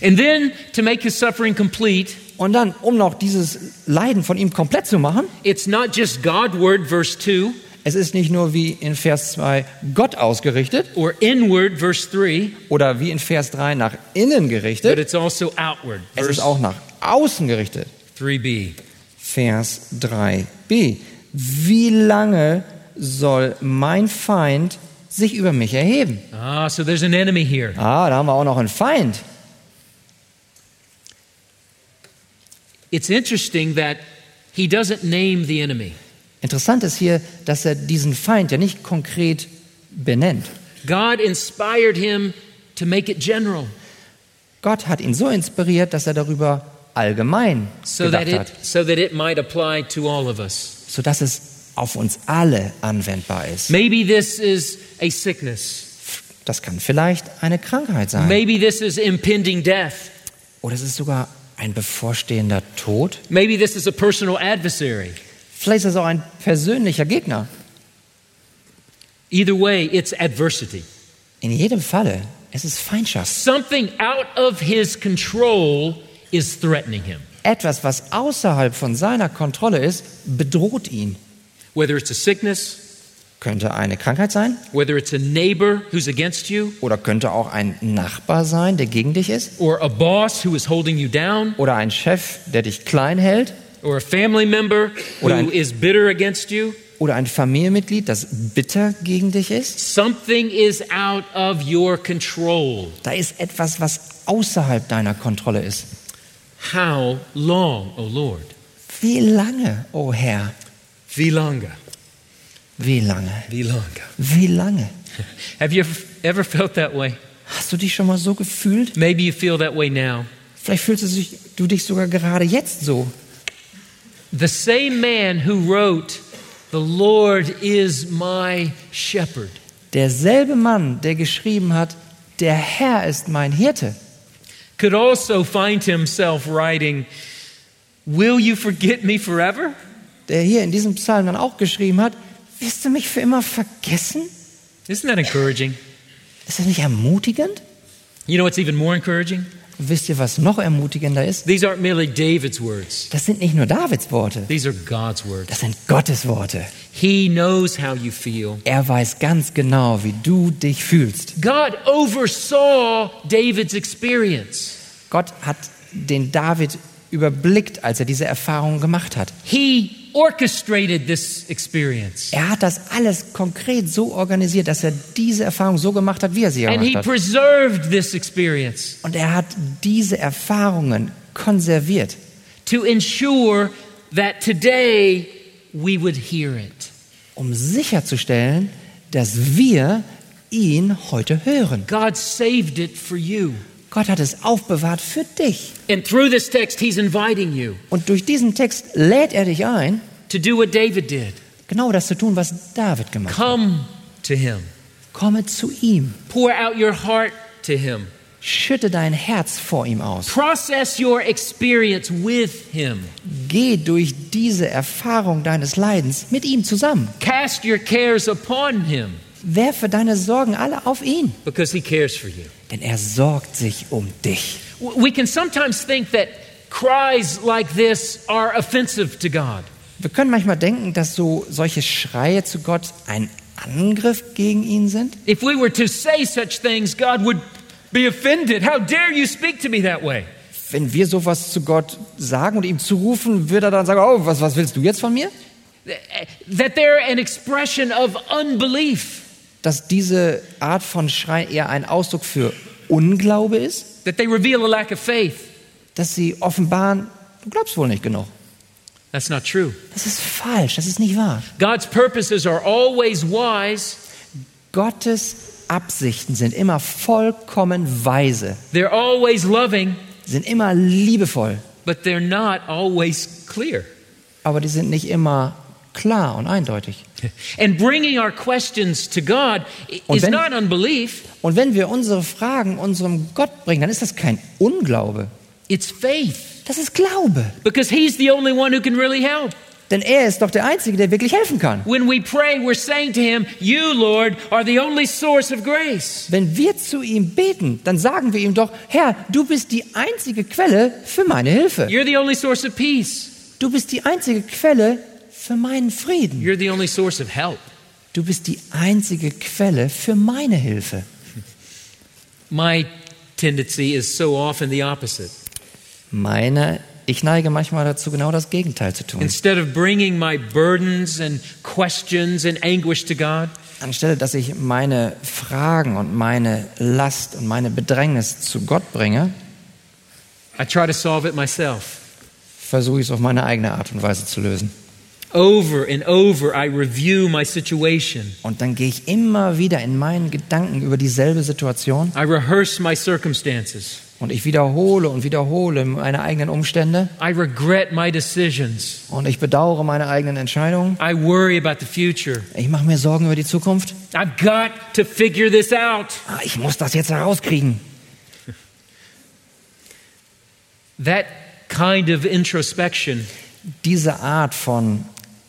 [SPEAKER 1] And then, to make his suffering complete,
[SPEAKER 2] Und dann, um noch dieses Leiden von ihm komplett zu machen,
[SPEAKER 1] it's not just Godward, verse 2,
[SPEAKER 2] es ist nicht nur wie in Vers 2 Gott ausgerichtet
[SPEAKER 1] or inward, verse 3,
[SPEAKER 2] oder wie in Vers 3 nach innen
[SPEAKER 1] but
[SPEAKER 2] gerichtet,
[SPEAKER 1] it's also outward,
[SPEAKER 2] es
[SPEAKER 1] verse
[SPEAKER 2] ist auch nach außen gerichtet.
[SPEAKER 1] 3b.
[SPEAKER 2] Vers 3b. Wie lange soll mein Feind sich über mich erheben?
[SPEAKER 1] Ah, so there's an enemy here.
[SPEAKER 2] Ah, da haben wir auch noch einen Feind.
[SPEAKER 1] It's interesting that he doesn't name the enemy.
[SPEAKER 2] Interessant ist hier, dass er diesen Feind ja nicht konkret benennt.
[SPEAKER 1] God inspired him to make it general
[SPEAKER 2] Gott hat ihn so inspiriert, dass er darüber allgemein
[SPEAKER 1] so that
[SPEAKER 2] gedacht
[SPEAKER 1] it,
[SPEAKER 2] hat,
[SPEAKER 1] so that it might apply to all of us.
[SPEAKER 2] sodass es auf uns alle anwendbar ist.
[SPEAKER 1] Maybe this is a sickness.
[SPEAKER 2] Das kann vielleicht eine Krankheit sein.
[SPEAKER 1] Maybe this is impending death.
[SPEAKER 2] Oder es ist sogar ein bevorstehender Tod.
[SPEAKER 1] Maybe this is a personal adversary.
[SPEAKER 2] Vielleicht ist es auch ein persönlicher Gegner.
[SPEAKER 1] Either way, it's adversity.
[SPEAKER 2] In jedem Falle, es ist Feindschaft.
[SPEAKER 1] Something out of his control is threatening him,
[SPEAKER 2] Etwas, was außerhalb von seiner Kontrolle ist, bedroht ihn.
[SPEAKER 1] whether it's a sickness,
[SPEAKER 2] Könnte eine Krankheit sein
[SPEAKER 1] whether it's a neighbor who's against you,
[SPEAKER 2] oder könnte auch ein Nachbar sein, der gegen dich ist.
[SPEAKER 1] or a boss who is holding you down.
[SPEAKER 2] oder ein Chef, der dich klein hält,
[SPEAKER 1] or a family member who
[SPEAKER 2] Oder ein-
[SPEAKER 1] is bitter against you.
[SPEAKER 2] oder ein Familienmitglied, das bitter gegen dich ist.
[SPEAKER 1] Something is out of your control.
[SPEAKER 2] Da ist etwas, was außerhalb deiner Kontrolle ist.
[SPEAKER 1] How long, O Lord?
[SPEAKER 2] Wie lange, o oh Herr?
[SPEAKER 1] Wie lange?
[SPEAKER 2] Wie lange?
[SPEAKER 1] Wie lange?
[SPEAKER 2] Wie lange?
[SPEAKER 1] Have you ever, ever felt that way?
[SPEAKER 2] Hast du dich schon mal so gefühlt?
[SPEAKER 1] Maybe you feel that way now.
[SPEAKER 2] Vielleicht fühlst du dich, du dich sogar gerade jetzt so.
[SPEAKER 1] The same man who wrote, The Lord is my shepherd,
[SPEAKER 2] Derselbe Mann, der geschrieben hat, der Herr ist mein Hirte,
[SPEAKER 1] could also find himself writing, Will you forget me forever?
[SPEAKER 2] der hier in diesem Psalm dann auch geschrieben hat, wirst du mich für immer vergessen?
[SPEAKER 1] Isn't that encouraging?
[SPEAKER 2] Ist das nicht ermutigend?
[SPEAKER 1] You know what's even more encouraging?
[SPEAKER 2] Wisst ihr, was noch ermutigender ist?
[SPEAKER 1] These aren't merely David's words.
[SPEAKER 2] Das sind nicht nur Davids Worte,
[SPEAKER 1] These are God's words.
[SPEAKER 2] das sind Gottes Worte.
[SPEAKER 1] He knows how you feel.
[SPEAKER 2] Er weiß ganz genau, wie du dich fühlst.
[SPEAKER 1] God oversaw David's experience.
[SPEAKER 2] Gott hat den David überblickt, als er diese Erfahrung gemacht hat.
[SPEAKER 1] He orchestrated this experience.
[SPEAKER 2] Er hat das alles konkret so organisiert, dass er diese Erfahrung so gemacht hat, wie er sie
[SPEAKER 1] And he
[SPEAKER 2] gemacht hat.
[SPEAKER 1] preserved this experience
[SPEAKER 2] Und er hat diese Erfahrungen konserviert,
[SPEAKER 1] to ensure that today we would hear it.
[SPEAKER 2] um sicherzustellen, dass wir ihn heute hören.
[SPEAKER 1] God saved it for you.
[SPEAKER 2] Gott hat es aufbewahrt für dich.
[SPEAKER 1] And through this text, he's inviting you
[SPEAKER 2] Und durch diesen Text lädt er dich ein,
[SPEAKER 1] to do what David did
[SPEAKER 2] genau das zu tun, was David gemacht hat.
[SPEAKER 1] come to him,
[SPEAKER 2] Komme zu ihm,
[SPEAKER 1] pour out your heart to him,
[SPEAKER 2] schütte dein Herz vor ihm aus.
[SPEAKER 1] process your experience with him.
[SPEAKER 2] Geh durch diese Erfahrung deines Leidens mit ihm zusammen.
[SPEAKER 1] Cast your cares upon him
[SPEAKER 2] Werfe deine Sorgen alle auf ihn,
[SPEAKER 1] because he cares for you.
[SPEAKER 2] denn er sorgt sich um dich.
[SPEAKER 1] W- We can sometimes think that cries like this are offensive to God.
[SPEAKER 2] Wir können manchmal denken, dass so solche Schreie zu Gott ein Angriff gegen ihn sind.
[SPEAKER 1] If we were to say such things, God would be offended. How dare you speak to me that way?
[SPEAKER 2] Wenn wir sowas zu Gott sagen und ihm zurufen, wird er dann sagen, oh, was, was willst du jetzt von mir?
[SPEAKER 1] that they're an expression of unbelief,
[SPEAKER 2] dass diese Art von Schrei eher ein Ausdruck für Unglaube ist,
[SPEAKER 1] that they reveal a lack of faith.
[SPEAKER 2] dass sie offenbaren, du glaubst wohl nicht genug.
[SPEAKER 1] That's not true.
[SPEAKER 2] Das ist falsch, das ist nicht wahr.
[SPEAKER 1] God's purposes are always wise,
[SPEAKER 2] Gottes Absichten sind immer vollkommen weise,
[SPEAKER 1] they're always loving,
[SPEAKER 2] sind immer liebevoll,
[SPEAKER 1] but they're not always clear.
[SPEAKER 2] aber die sind nicht immer klar und eindeutig.
[SPEAKER 1] And bringing our questions to God i-
[SPEAKER 2] Und
[SPEAKER 1] is
[SPEAKER 2] wenn-
[SPEAKER 1] not unbelief,
[SPEAKER 2] Und wenn wir unsere Fragen unserem Gott bringen, dann ist das kein Unglaube,
[SPEAKER 1] it's faith,
[SPEAKER 2] das ist Glaube.
[SPEAKER 1] because He's the only one who can really help.
[SPEAKER 2] Denn er ist doch der Einzige, der wirklich helfen kann.
[SPEAKER 1] When we pray, we're saying to Him, You, Lord, are the only source of grace.
[SPEAKER 2] Wenn wir zu ihm beten, dann sagen wir ihm doch, Herr, du bist die einzige Quelle für meine Hilfe.
[SPEAKER 1] You're the only source of peace.
[SPEAKER 2] Du bist die einzige Quelle für meinen Frieden.
[SPEAKER 1] You're the only source of help.
[SPEAKER 2] Du bist die einzige Quelle für meine Hilfe.
[SPEAKER 1] My tendency is so often the opposite.
[SPEAKER 2] Meine, ich neige manchmal dazu, genau das Gegenteil zu tun.
[SPEAKER 1] Instead of bringing my burdens and questions and anguish to God,
[SPEAKER 2] Anstelle, dass ich meine Fragen und meine Last und meine Bedrängnis zu Gott bringe,
[SPEAKER 1] I try to solve it myself.
[SPEAKER 2] versuche ich es auf meine eigene Art und Weise zu lösen.
[SPEAKER 1] Over and over, I review my situation.
[SPEAKER 2] Und dann gehe ich immer wieder in meinen Gedanken über dieselbe Situation
[SPEAKER 1] I rehearse my circumstances.
[SPEAKER 2] und ich wiederhole und wiederhole meine eigenen Umstände
[SPEAKER 1] I regret my decisions.
[SPEAKER 2] und ich bedauere meine eigenen Entscheidungen.
[SPEAKER 1] I worry about the future.
[SPEAKER 2] Ich mache mir Sorgen über die Zukunft.
[SPEAKER 1] I've got to figure this out.
[SPEAKER 2] Ah, ich muss das jetzt herauskriegen.
[SPEAKER 1] That kind of introspection
[SPEAKER 2] Diese Art von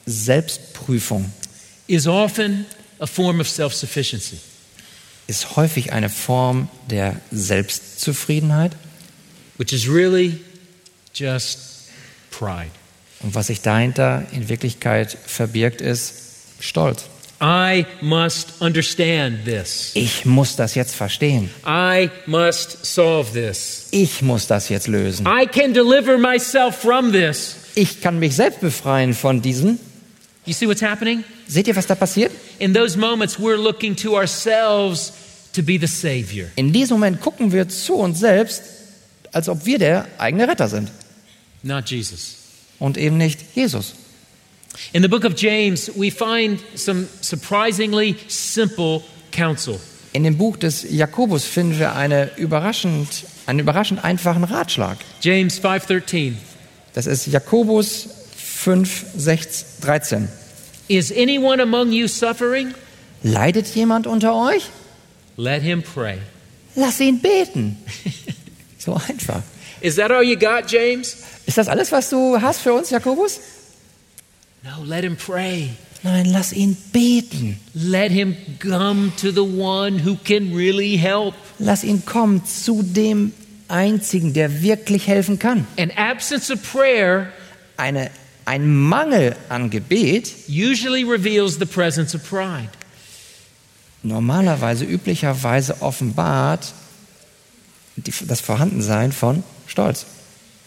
[SPEAKER 2] Selbstprüfung
[SPEAKER 1] is often a form of self sufficiency.
[SPEAKER 2] ist häufig eine Form der Selbstzufriedenheit.
[SPEAKER 1] which is really just pride.
[SPEAKER 2] Und was sich dahinter in Wirklichkeit verbirgt, ist Stolz.
[SPEAKER 1] I must understand this.
[SPEAKER 2] Ich muss das jetzt verstehen.
[SPEAKER 1] I must solve this.
[SPEAKER 2] Ich muss das jetzt lösen.
[SPEAKER 1] I can deliver myself from this.
[SPEAKER 2] Ich kann mich selbst befreien von diesem.
[SPEAKER 1] You see what's happening?
[SPEAKER 2] Seht ihr, was da passiert?
[SPEAKER 1] In those moments, we're looking to ourselves to be the Savior.
[SPEAKER 2] In diesem Moment gucken wir zu uns selbst, als ob wir der eigene Retter sind
[SPEAKER 1] Not Jesus.
[SPEAKER 2] und eben nicht Jesus.
[SPEAKER 1] In the book of James, we find some surprisingly simple counsel.
[SPEAKER 2] In dem Buch des Jakobus finden wir eine überraschend, einen überraschend einfachen Ratschlag.
[SPEAKER 1] James 5:13.
[SPEAKER 2] Das ist Jakobus 5, 6, 13.
[SPEAKER 1] Is anyone among you suffering?
[SPEAKER 2] Leidet jemand unter euch?
[SPEAKER 1] Let him pray.
[SPEAKER 2] Lass ihn beten. So einfach.
[SPEAKER 1] Is that all you got, James?
[SPEAKER 2] Ist das alles, was du hast für uns, Jakobus?
[SPEAKER 1] No, let him pray.
[SPEAKER 2] Nein, lass ihn beten.
[SPEAKER 1] Let him come to the one who can really help.
[SPEAKER 2] Lass ihn kommen zu dem Einzigen, der wirklich helfen kann.
[SPEAKER 1] An absence of prayer
[SPEAKER 2] Eine, ein Mangel an Gebet,
[SPEAKER 1] usually reveals the presence of pride.
[SPEAKER 2] normalerweise, üblicherweise offenbart die, das Vorhandensein von Stolz.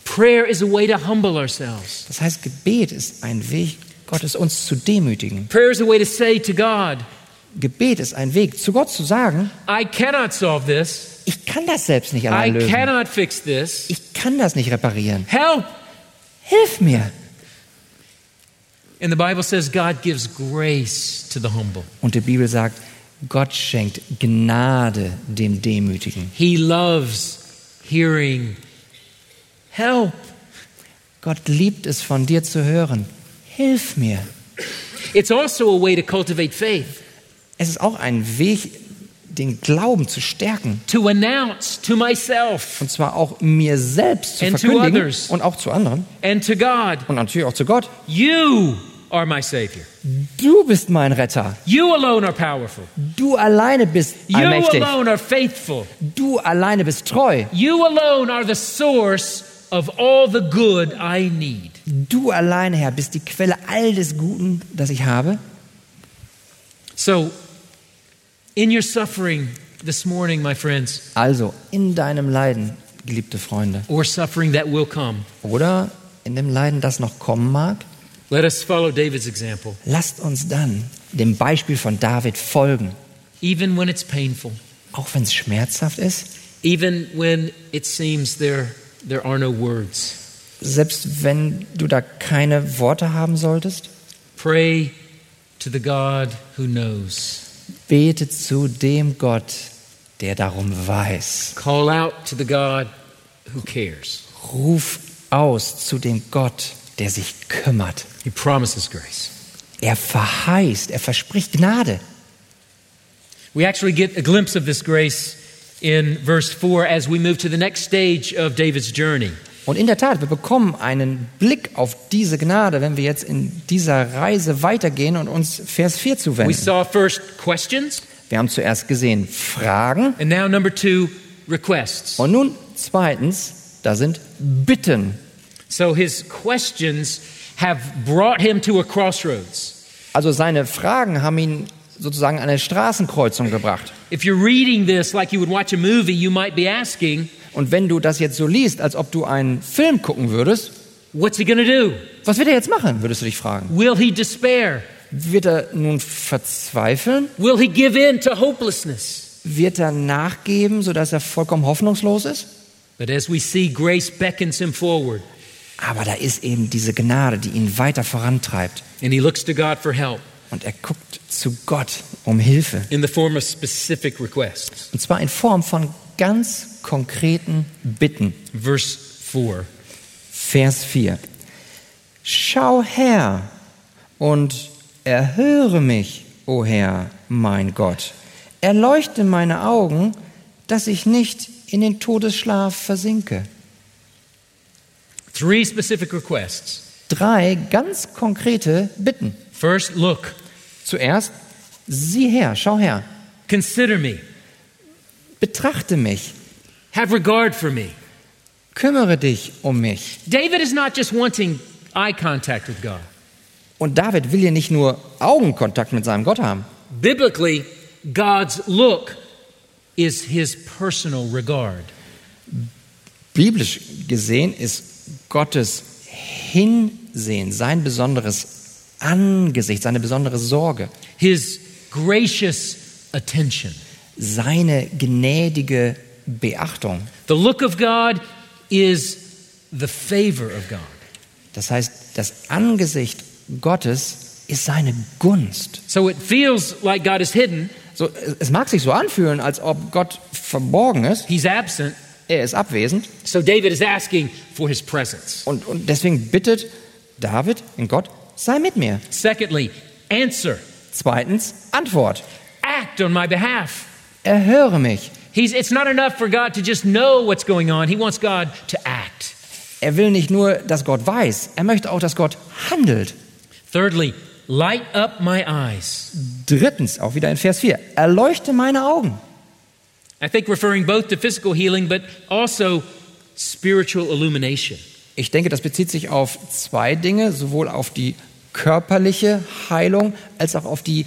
[SPEAKER 1] Prayer is a way to humble ourselves.
[SPEAKER 2] Das heißt, Gebet ist ein Weg Gottes, uns zu demütigen.
[SPEAKER 1] Prayer is a way to say to God,
[SPEAKER 2] Gebet ist ein Weg, zu Gott zu sagen,
[SPEAKER 1] I cannot solve this.
[SPEAKER 2] ich kann das selbst nicht
[SPEAKER 1] I
[SPEAKER 2] allein lösen.
[SPEAKER 1] cannot fix this.
[SPEAKER 2] Ich kann das nicht reparieren.
[SPEAKER 1] Help!
[SPEAKER 2] Hilf mir.
[SPEAKER 1] And the Bible says God gives grace to the humble.
[SPEAKER 2] Und die Bibel sagt, Gott schenkt Gnade dem Demütigen.
[SPEAKER 1] He loves hearing help.
[SPEAKER 2] Gott liebt es, von dir zu hören. Hilf mir.
[SPEAKER 1] It's also a way to cultivate faith,
[SPEAKER 2] Es ist auch ein Weg, den Glauben zu stärken.
[SPEAKER 1] to announce to myself
[SPEAKER 2] Und zwar auch mir selbst zu
[SPEAKER 1] And to
[SPEAKER 2] verkündigen
[SPEAKER 1] others.
[SPEAKER 2] und auch zu anderen
[SPEAKER 1] and to God.
[SPEAKER 2] und natürlich auch zu Gott.
[SPEAKER 1] You are my Savior.
[SPEAKER 2] Du bist mein Retter.
[SPEAKER 1] You alone are powerful.
[SPEAKER 2] Du alleine bist
[SPEAKER 1] You
[SPEAKER 2] allmächtig.
[SPEAKER 1] alone are faithful.
[SPEAKER 2] Du alleine bist treu.
[SPEAKER 1] You alone are the source of all the good I need.
[SPEAKER 2] Du alleine, Herr, bist die Quelle all des Guten, das ich habe.
[SPEAKER 1] So, in your suffering this morning, my friends,
[SPEAKER 2] Also in deinem Leiden, geliebte Freunde,
[SPEAKER 1] or suffering that will come,
[SPEAKER 2] oder in dem Leiden, das noch kommen mag,
[SPEAKER 1] Let us follow David's example,
[SPEAKER 2] Lasst uns dann dem Beispiel von David folgen,
[SPEAKER 1] even when it's painful,
[SPEAKER 2] auch wenn es schmerzhaft ist,
[SPEAKER 1] even when it seems there, there are no words.
[SPEAKER 2] selbst wenn du da keine Worte haben solltest.
[SPEAKER 1] Pray to the God who knows.
[SPEAKER 2] Bete zu dem Gott, der darum weiß.
[SPEAKER 1] Call out to the God who cares.
[SPEAKER 2] Ruf aus zu dem Gott, der sich kümmert.
[SPEAKER 1] He promises grace.
[SPEAKER 2] Er verheißt, er verspricht Gnade.
[SPEAKER 1] We actually get a glimpse of this grace in verse 4 as we move to the next stage of David's journey.
[SPEAKER 2] Und in der Tat, wir bekommen einen Blick auf diese Gnade, wenn wir jetzt in dieser Reise weitergehen und uns Vers 4
[SPEAKER 1] We
[SPEAKER 2] zuwenden.
[SPEAKER 1] saw first questions,
[SPEAKER 2] Wir haben zuerst gesehen Fragen
[SPEAKER 1] and now number two, requests.
[SPEAKER 2] und nun zweitens, da sind Bitten.
[SPEAKER 1] So his questions have brought him to a crossroads.
[SPEAKER 2] Also seine Fragen haben ihn sozusagen an eine Straßenkreuzung gebracht.
[SPEAKER 1] If you're reading this like you would watch a movie, you might be asking,
[SPEAKER 2] Und wenn du das jetzt so liest, als ob du einen Film gucken würdest,
[SPEAKER 1] what's he going to do?
[SPEAKER 2] was wird er jetzt machen, würdest du dich fragen.
[SPEAKER 1] Will he despair?
[SPEAKER 2] Wird er nun verzweifeln?
[SPEAKER 1] Will he give in to hopelessness?
[SPEAKER 2] Wird er nachgeben, sodass er vollkommen hoffnungslos ist?
[SPEAKER 1] But as we see, grace beckons him forward,
[SPEAKER 2] Aber da ist eben diese Gnade, die ihn weiter vorantreibt.
[SPEAKER 1] and he looks to God for help
[SPEAKER 2] Und er guckt zu Gott um Hilfe.
[SPEAKER 1] in the form of specific requests.
[SPEAKER 2] Und zwar in Form von ganz konkreten Bitten.
[SPEAKER 1] verse 4.
[SPEAKER 2] Vers 4. Schau her und erhöre mich, o Herr, mein Gott. Erleuchte meine Augen, dass ich nicht in den Todesschlaf versinke.
[SPEAKER 1] Three specific requests.
[SPEAKER 2] Drei ganz konkrete Bitten.
[SPEAKER 1] First, look,
[SPEAKER 2] Zuerst, sieh her, schau her,
[SPEAKER 1] consider me,
[SPEAKER 2] betrachte mich,
[SPEAKER 1] have regard for me.
[SPEAKER 2] kümmere dich um mich.
[SPEAKER 1] David is not just wanting eye contact with God.
[SPEAKER 2] Und David will hier nicht nur Augenkontakt mit seinem Gott haben.
[SPEAKER 1] Biblically, God's look is his personal regard.
[SPEAKER 2] Biblisch gesehen ist Gottes Hinsehen sein besonderes Angesicht, seine besondere Sorge,
[SPEAKER 1] His gracious attention.
[SPEAKER 2] seine gnädige Beachtung.
[SPEAKER 1] The look of God is the favor of God.
[SPEAKER 2] Das heißt, das Angesicht Gottes ist seine Gunst.
[SPEAKER 1] So it feels like God is hidden,
[SPEAKER 2] So, es mag sich so anfühlen, als ob Gott verborgen ist.
[SPEAKER 1] he's absent.
[SPEAKER 2] Er ist abwesend.
[SPEAKER 1] So David is asking for his presence.
[SPEAKER 2] Und, und deswegen bittet David in Gott, sei mit mir.
[SPEAKER 1] Secondly, answer.
[SPEAKER 2] Zweitens, Antwort.
[SPEAKER 1] act on my behalf.
[SPEAKER 2] Erhöre mich.
[SPEAKER 1] He's, it's not enough for God to just know what's going on. He wants God to act.
[SPEAKER 2] Er will nicht nur, dass Gott weiß, er möchte auch, dass Gott handelt.
[SPEAKER 1] Thirdly, light up my eyes.
[SPEAKER 2] Drittens, auch wieder in Vers 4, erleuchte meine Augen.
[SPEAKER 1] I think referring both to physical healing, but also spiritual illumination.
[SPEAKER 2] Ich denke, das bezieht sich auf zwei Dinge, sowohl auf die körperliche Heilung als auch auf die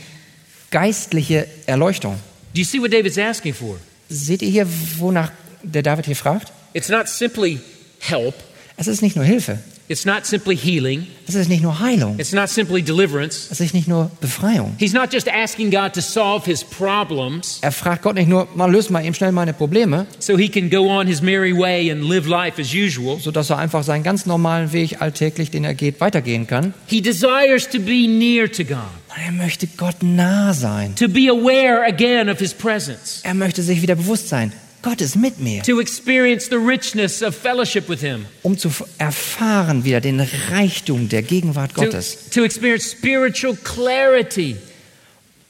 [SPEAKER 2] geistliche Erleuchtung.
[SPEAKER 1] Do you see what David's asking for?
[SPEAKER 2] Seht ihr hier, wonach der David hier fragt?
[SPEAKER 1] It's not simply help,
[SPEAKER 2] Es ist nicht nur Hilfe,
[SPEAKER 1] it's not simply healing,
[SPEAKER 2] es ist nicht nur Heilung,
[SPEAKER 1] it's not simply deliverance.
[SPEAKER 2] es ist nicht nur Befreiung.
[SPEAKER 1] He's not just asking God to solve his problems
[SPEAKER 2] Er fragt Gott nicht nur, mal löst mal eben schnell meine Probleme,
[SPEAKER 1] so he can go on his merry way and live life as usual.
[SPEAKER 2] sodass er einfach seinen ganz normalen Weg alltäglich, den er geht, weitergehen kann.
[SPEAKER 1] He desires to be near to God.
[SPEAKER 2] Nein, Er möchte Gott nah sein.
[SPEAKER 1] to be aware again of his presence,
[SPEAKER 2] Er möchte sich wieder bewusst sein. Gott ist mit mir.
[SPEAKER 1] to experience the richness of fellowship with him,
[SPEAKER 2] um zu erfahren wieder den Reichtum der Gegenwart
[SPEAKER 1] to,
[SPEAKER 2] Gottes,
[SPEAKER 1] to experience spiritual clarity,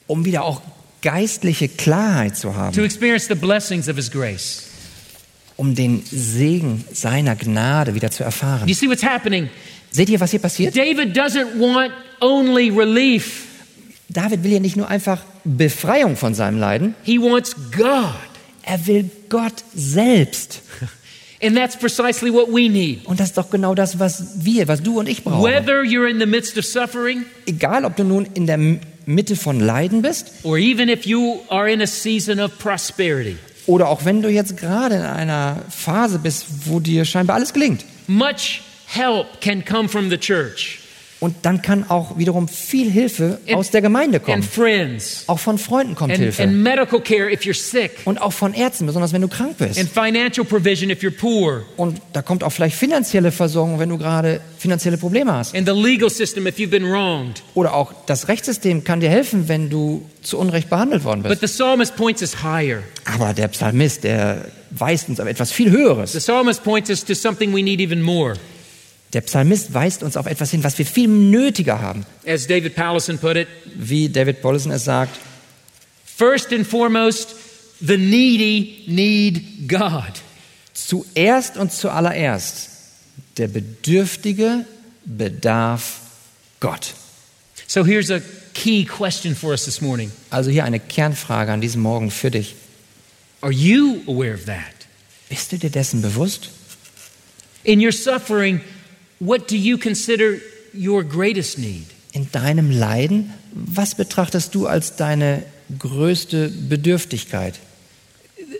[SPEAKER 2] um wieder auch geistliche Klarheit zu
[SPEAKER 1] to
[SPEAKER 2] haben,
[SPEAKER 1] experience the blessings of his grace.
[SPEAKER 2] um den Segen seiner Gnade wieder zu
[SPEAKER 1] Do
[SPEAKER 2] erfahren.
[SPEAKER 1] you see what's happening?
[SPEAKER 2] Seht ihr, was hier passiert?
[SPEAKER 1] David doesn't want only relief,
[SPEAKER 2] David will ja nicht nur einfach Befreiung von seinem Leiden,
[SPEAKER 1] he wants God.
[SPEAKER 2] er will Gott selbst.
[SPEAKER 1] And that's precisely what we need.
[SPEAKER 2] Und das ist doch genau das, was wir, was du und ich brauchen.
[SPEAKER 1] Whether you're in the midst of suffering,
[SPEAKER 2] Egal, ob du nun in der M- Mitte von Leiden bist
[SPEAKER 1] or even if you are in a season of prosperity,
[SPEAKER 2] oder auch wenn du jetzt gerade in einer Phase bist, wo dir scheinbar alles gelingt.
[SPEAKER 1] much help can come from the church.
[SPEAKER 2] Und dann kann auch wiederum viel Hilfe aus der Gemeinde
[SPEAKER 1] and
[SPEAKER 2] kommen.
[SPEAKER 1] friends
[SPEAKER 2] Auch von Freunden kommt
[SPEAKER 1] and,
[SPEAKER 2] Hilfe.
[SPEAKER 1] and medical care if you're sick
[SPEAKER 2] Und auch von Ärzten, besonders wenn du krank bist.
[SPEAKER 1] and financial provision if you're poor
[SPEAKER 2] Und da kommt auch vielleicht finanzielle Versorgung, wenn du gerade finanzielle Probleme hast.
[SPEAKER 1] and the legal system if you've been wronged.
[SPEAKER 2] Oder auch das Rechtssystem kann dir helfen, wenn du zu Unrecht behandelt worden
[SPEAKER 1] But
[SPEAKER 2] bist.
[SPEAKER 1] the psalmist points us higher.
[SPEAKER 2] Aber der Psalmist, der weist uns auf etwas viel Höheres.
[SPEAKER 1] The psalmist points us to something we need even more.
[SPEAKER 2] Der Psalmist weist uns auf etwas hin, was wir viel nötiger haben.
[SPEAKER 1] As David Pallison put it,
[SPEAKER 2] Wie David Bollison es sagt,
[SPEAKER 1] first and foremost, the needy need God.
[SPEAKER 2] zuerst und zuallererst, der Bedürftige bedarf Gott.
[SPEAKER 1] So here's a key question for us this morning.
[SPEAKER 2] Also hier eine Kernfrage an diesem Morgen für dich.
[SPEAKER 1] Are you aware of that?
[SPEAKER 2] Bist du dir dessen bewusst?
[SPEAKER 1] In your suffering, what do you consider your greatest need?
[SPEAKER 2] In deinem Leiden, was betrachtest du als deine größte Bedürftigkeit?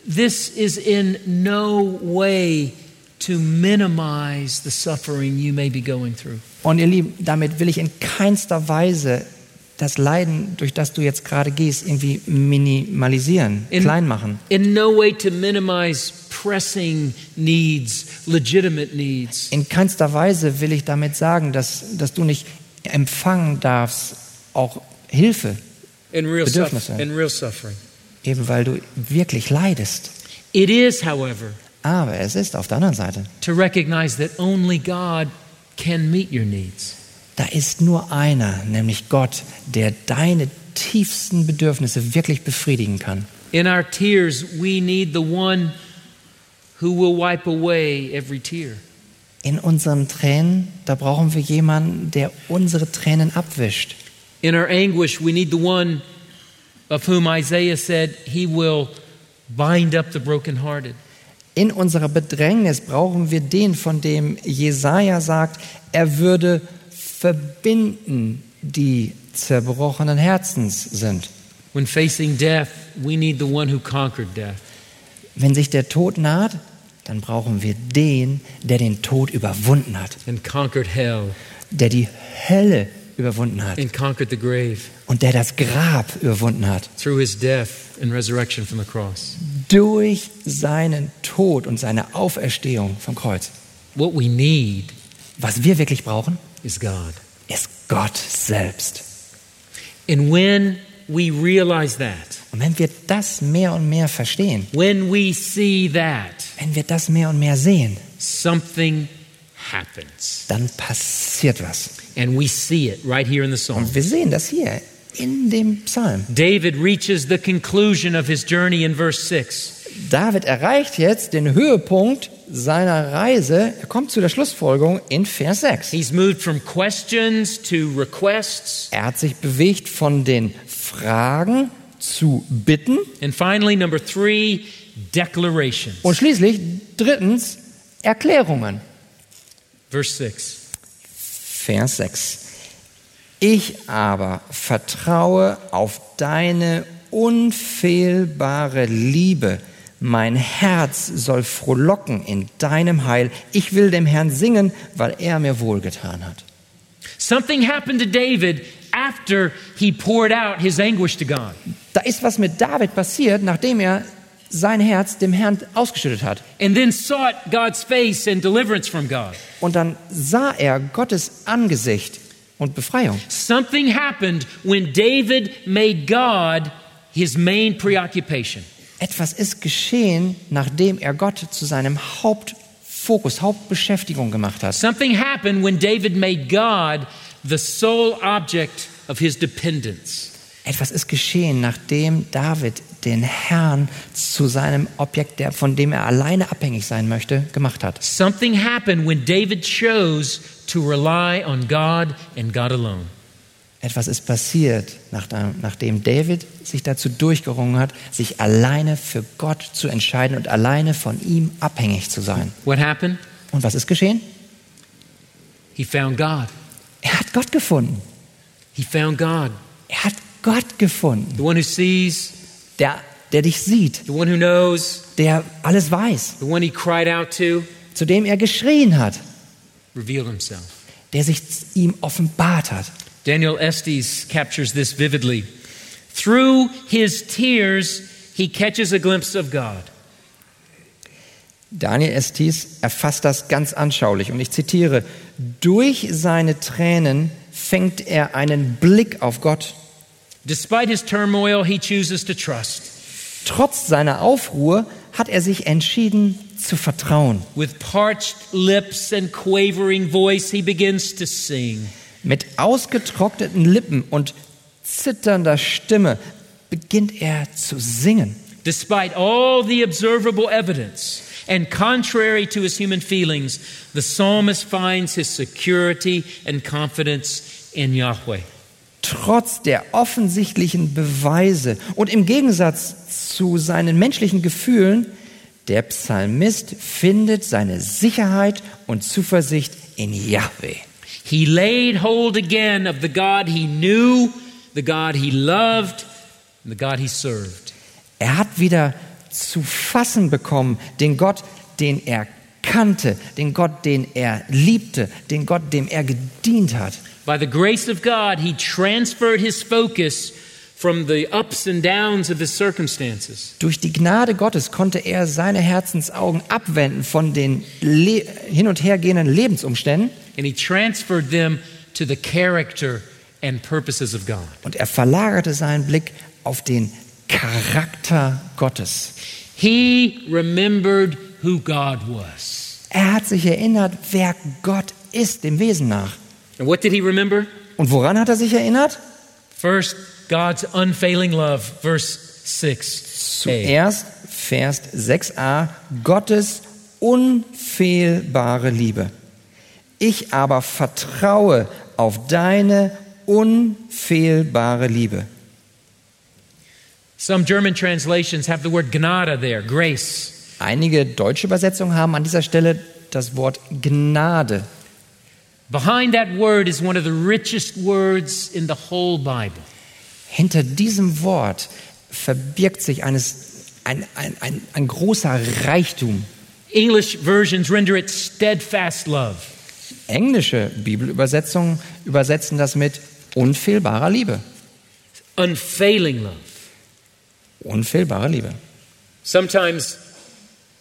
[SPEAKER 1] This is in no way to minimize the suffering you may be going through.
[SPEAKER 2] Und ihr Lieben, damit will ich in keinster Weise das Leiden, durch das du jetzt gerade gehst, irgendwie minimalisieren,
[SPEAKER 1] In-
[SPEAKER 2] klein machen.
[SPEAKER 1] In no way to minimize pressing needs, legitimate needs.
[SPEAKER 2] In keinster Weise will ich damit sagen, dass, dass du nicht empfangen darfst, auch Hilfe,
[SPEAKER 1] In real,
[SPEAKER 2] Bedürfnisse.
[SPEAKER 1] suff- in real suffering.
[SPEAKER 2] eben weil du wirklich leidest.
[SPEAKER 1] It is, however,
[SPEAKER 2] Aber es ist auf der anderen Seite.
[SPEAKER 1] to recognize that only God can meet your needs.
[SPEAKER 2] Da ist nur einer, nämlich Gott, der deine tiefsten Bedürfnisse wirklich befriedigen kann.
[SPEAKER 1] In our tears, we need the one who will wipe away every tear.
[SPEAKER 2] In unseren Tränen, da brauchen wir jemanden, der unsere Tränen abwischt.
[SPEAKER 1] In our anguish, we need the one of whom Isaiah said, He will bind up the brokenhearted.
[SPEAKER 2] In unserer Bedrängnis brauchen wir den, von dem Jesaja sagt, er würde verbinden, die zerbrochenen Herzens sind.
[SPEAKER 1] When facing death, we need the one who conquered death.
[SPEAKER 2] Wenn sich der Tod naht, dann brauchen wir den, der den Tod überwunden hat,
[SPEAKER 1] and conquered hell
[SPEAKER 2] der die Hölle überwunden hat
[SPEAKER 1] and conquered the grave
[SPEAKER 2] und der das Grab überwunden hat.
[SPEAKER 1] through his death and resurrection from the cross.
[SPEAKER 2] Durch seinen Tod und seine Auferstehung vom Kreuz.
[SPEAKER 1] What we need
[SPEAKER 2] Was wir wirklich brauchen,
[SPEAKER 1] is God.
[SPEAKER 2] ist Gott selbst.
[SPEAKER 1] And when we realize that,
[SPEAKER 2] Und wenn wir das mehr und mehr verstehen,
[SPEAKER 1] when we see that,
[SPEAKER 2] Wenn wir das mehr und mehr sehen,
[SPEAKER 1] something happens.
[SPEAKER 2] dann passiert was.
[SPEAKER 1] And we see it right here in the Psalm.
[SPEAKER 2] Und wir sehen das hier in dem Psalm.
[SPEAKER 1] David reaches the conclusion of his journey in verse 6.
[SPEAKER 2] David erreicht jetzt den Höhepunkt seiner Reise. Er kommt zu der Schlussfolgerung in Vers 6.
[SPEAKER 1] He's moved from questions to requests.
[SPEAKER 2] Er hat sich bewegt von den Fragen zu Bitten
[SPEAKER 1] And finally, number three, declaration.
[SPEAKER 2] und schließlich drittens Erklärungen.
[SPEAKER 1] Verse 6.
[SPEAKER 2] Vers 6. Ich aber vertraue auf deine unfehlbare Liebe. Mein Herz soll frohlocken in deinem Heil. Ich will dem Herrn singen, weil er mir wohlgetan hat.
[SPEAKER 1] Something happened to David after he poured out his anguish to God.
[SPEAKER 2] Da ist was mit David passiert, nachdem er sein Herz dem Herrn ausgeschüttet hat.
[SPEAKER 1] And then sought God's face and deliverance from God.
[SPEAKER 2] Und dann sah er Gottes Angesicht und Befreiung.
[SPEAKER 1] Something happened when David made God his main preoccupation.
[SPEAKER 2] Etwas ist geschehen, nachdem er Gott zu seinem Hauptfokus, Hauptbeschäftigung gemacht hat.
[SPEAKER 1] Something happened when David made God the sole object of his dependence.
[SPEAKER 2] Etwas ist geschehen, nachdem David den Herrn zu seinem Objekt, der, von dem er alleine abhängig sein möchte, gemacht hat.
[SPEAKER 1] Something happened when David chose to rely on God and God alone.
[SPEAKER 2] Etwas ist passiert, nachdem, nachdem David sich dazu durchgerungen hat, sich alleine für Gott zu entscheiden und alleine von ihm abhängig zu sein.
[SPEAKER 1] What happened?
[SPEAKER 2] Und was ist geschehen?
[SPEAKER 1] He found God.
[SPEAKER 2] Er hat Gott gefunden.
[SPEAKER 1] He found God,
[SPEAKER 2] Er hat Gott gefunden.
[SPEAKER 1] the one who sees,
[SPEAKER 2] Der, der dich sieht,
[SPEAKER 1] the one who knows,
[SPEAKER 2] der alles weiß,
[SPEAKER 1] the one he cried out to,
[SPEAKER 2] zu dem er geschrien hat.
[SPEAKER 1] revealed himself.
[SPEAKER 2] der sich ihm offenbart hat.
[SPEAKER 1] Daniel Estes captures this vividly. Through his tears, he catches a glimpse of God.
[SPEAKER 2] Daniel Estes erfasst das ganz anschaulich und ich zitiere, durch seine Tränen fängt er einen Blick auf Gott.
[SPEAKER 1] Despite his turmoil, he chooses to trust.
[SPEAKER 2] Trotz seiner Aufruhr hat er sich entschieden zu vertrauen.
[SPEAKER 1] With parched lips and quavering voice, he begins to sing.
[SPEAKER 2] Mit ausgetrockneten Lippen und zitternder Stimme beginnt er zu singen.
[SPEAKER 1] Despite all the observable evidence and contrary to his human feelings, the psalmist finds his security and confidence in Yahweh.
[SPEAKER 2] Trotz der offensichtlichen Beweise und im Gegensatz zu seinen menschlichen Gefühlen, der Psalmist findet seine Sicherheit und Zuversicht in Yahweh.
[SPEAKER 1] He laid hold again of the God he knew, the God he loved, and the God he served.
[SPEAKER 2] Er hat wieder zu fassen bekommen, den Gott, den er kannte, den Gott, den er liebte, den Gott, dem er gedient hat.
[SPEAKER 1] By the grace of God, he transferred his focus from the ups and downs of his circumstances
[SPEAKER 2] Durch die Gnade Gottes konnte er seine Herzensaugen abwenden von den Le hin und hergehenden Lebensumständen
[SPEAKER 1] and he transferred them to the character and purposes of God.
[SPEAKER 2] und er verlagerte seinen Blick auf den Charakter Gottes.
[SPEAKER 1] He remembered who God was.
[SPEAKER 2] Er hat sich erinnert, wer Gott ist, dem Wesen nach.
[SPEAKER 1] And what did he remember?
[SPEAKER 2] Und woran hat er sich erinnert?
[SPEAKER 1] First, God's unfailing love, verse 6. A.
[SPEAKER 2] Zuerst Vers 6a, Gottes unfehlbare Liebe. Ich aber vertraue auf deine unfehlbare Liebe.
[SPEAKER 1] Some German translations have the word gnada there, grace.
[SPEAKER 2] Einige deutsche Übersetzungen haben an dieser Stelle das Wort Gnade.
[SPEAKER 1] Behind that word is one of the richest words in the whole Bible.
[SPEAKER 2] Hinter diesem Wort verbirgt sich eines, ein, ein, ein, ein großer Reichtum.
[SPEAKER 1] English versions render it steadfast love.
[SPEAKER 2] Englische Bibelübersetzungen übersetzen das mit unfehlbarer Liebe.
[SPEAKER 1] unfailing love,
[SPEAKER 2] Unfehlbare Liebe.
[SPEAKER 1] sometimes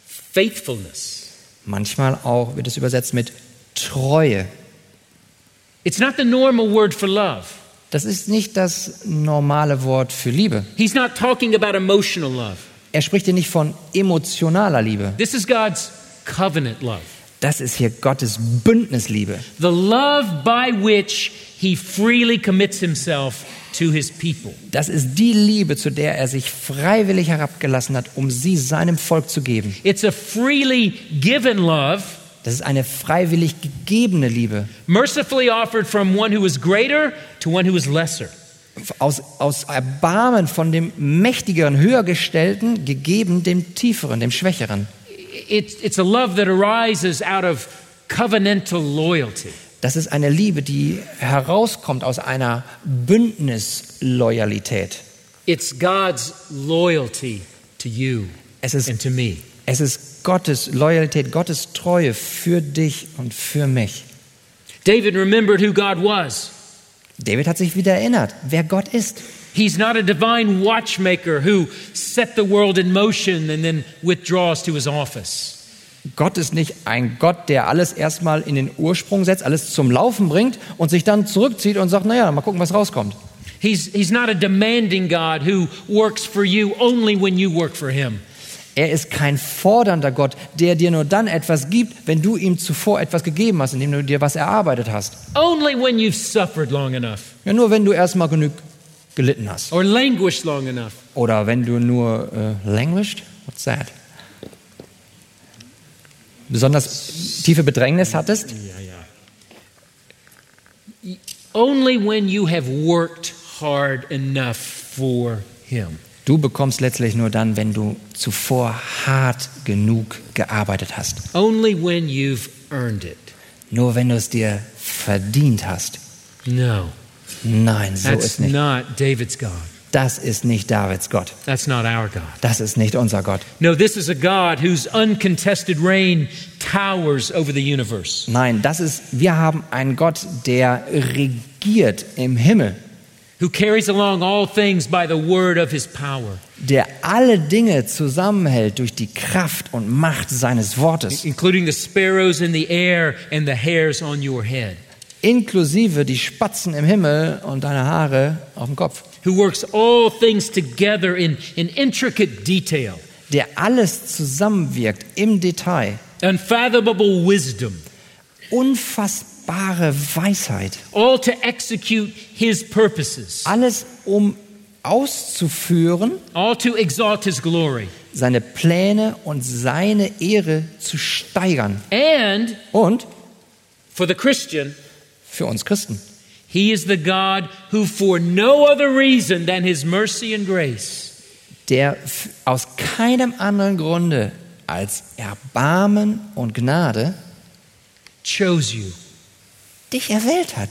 [SPEAKER 1] faithfulness.
[SPEAKER 2] Manchmal auch wird es übersetzt mit Treue.
[SPEAKER 1] It's not the normal word for love.
[SPEAKER 2] Das ist nicht das normale Wort für Liebe.
[SPEAKER 1] He's not talking about emotional love.
[SPEAKER 2] Er spricht hier nicht von emotionaler Liebe.
[SPEAKER 1] This is God's covenant love,
[SPEAKER 2] Das ist hier Gottes Bündnisliebe.
[SPEAKER 1] the love by which he freely commits himself to his people.
[SPEAKER 2] Das ist die Liebe, zu der er sich freiwillig herabgelassen hat, um sie seinem Volk zu geben.
[SPEAKER 1] It's a freely given love,
[SPEAKER 2] Das ist eine freiwillig gegebene Liebe.
[SPEAKER 1] mercifully offered from one who is greater to one who is lesser.
[SPEAKER 2] Aus, aus Erbarmen von dem Mächtigeren, Höhergestellten, gegeben dem Tieferen, dem Schwächeren.
[SPEAKER 1] It's, it's a love that arises out of covenantal loyalty.
[SPEAKER 2] Das ist eine Liebe, die herauskommt aus einer Bündnisloyalität.
[SPEAKER 1] It's God's loyalty to you
[SPEAKER 2] Es ist,
[SPEAKER 1] and to me.
[SPEAKER 2] es ist Gottes Loyalität, Gottes Treue für dich und für mich.
[SPEAKER 1] David remembered who God was.
[SPEAKER 2] David hat sich wieder erinnert, wer Gott ist.
[SPEAKER 1] He's not a divine watchmaker who set the world in motion and then withdraws to his office.
[SPEAKER 2] Gott ist nicht ein Gott, der alles erstmal in den Ursprung setzt, alles zum Laufen bringt und sich dann zurückzieht und sagt, naja, mal gucken, was rauskommt.
[SPEAKER 1] He's, he's not a demanding God who works for you only when you work for him.
[SPEAKER 2] Er ist kein fordernder Gott, der dir nur dann etwas gibt, wenn du ihm zuvor etwas gegeben hast, indem du dir was erarbeitet hast.
[SPEAKER 1] Only when you've suffered long enough
[SPEAKER 2] Ja, nur wenn du erstmal genug gelitten hast.
[SPEAKER 1] or languished long enough.
[SPEAKER 2] Oder wenn du nur äh, languished, what's that? Besonders tiefe Bedrängnis hattest,
[SPEAKER 1] Only when you have worked hard enough for him.
[SPEAKER 2] du bekommst letztlich nur dann, wenn du zuvor hart genug gearbeitet hast.
[SPEAKER 1] Only when you've earned it.
[SPEAKER 2] Nur wenn du es dir verdient hast.
[SPEAKER 1] No.
[SPEAKER 2] Nein, so
[SPEAKER 1] That's
[SPEAKER 2] ist nicht.
[SPEAKER 1] not David's God.
[SPEAKER 2] Das ist nicht Davids Gott.
[SPEAKER 1] That's not our God.
[SPEAKER 2] Das ist nicht unser Gott.
[SPEAKER 1] No, this is a God whose uncontested reign towers over the universe.
[SPEAKER 2] Nein, das ist, wir haben einen Gott, der regiert im Himmel,
[SPEAKER 1] who carries along all things by the word of his power,
[SPEAKER 2] der alle Dinge zusammenhält durch die Kraft und Macht seines Wortes,
[SPEAKER 1] including the sparrows in the air and the hairs on your head,
[SPEAKER 2] inklusive die Spatzen im Himmel und deine Haare auf dem Kopf,
[SPEAKER 1] who works all things together in, in intricate detail,
[SPEAKER 2] der alles zusammenwirkt im Detail.
[SPEAKER 1] unfathomable wisdom,
[SPEAKER 2] Unfassbare Weisheit.
[SPEAKER 1] all to execute his purposes,
[SPEAKER 2] Alles, um auszuführen,
[SPEAKER 1] all to exalt his glory,
[SPEAKER 2] seine Pläne und seine Ehre zu steigern.
[SPEAKER 1] and
[SPEAKER 2] Und
[SPEAKER 1] for the Christian,
[SPEAKER 2] für uns Christen.
[SPEAKER 1] He is the God who, for no other reason than His mercy and grace,
[SPEAKER 2] der f- aus keinem anderen Grunde als Erbarmen und Gnade
[SPEAKER 1] chose you,
[SPEAKER 2] dich erwählt hat.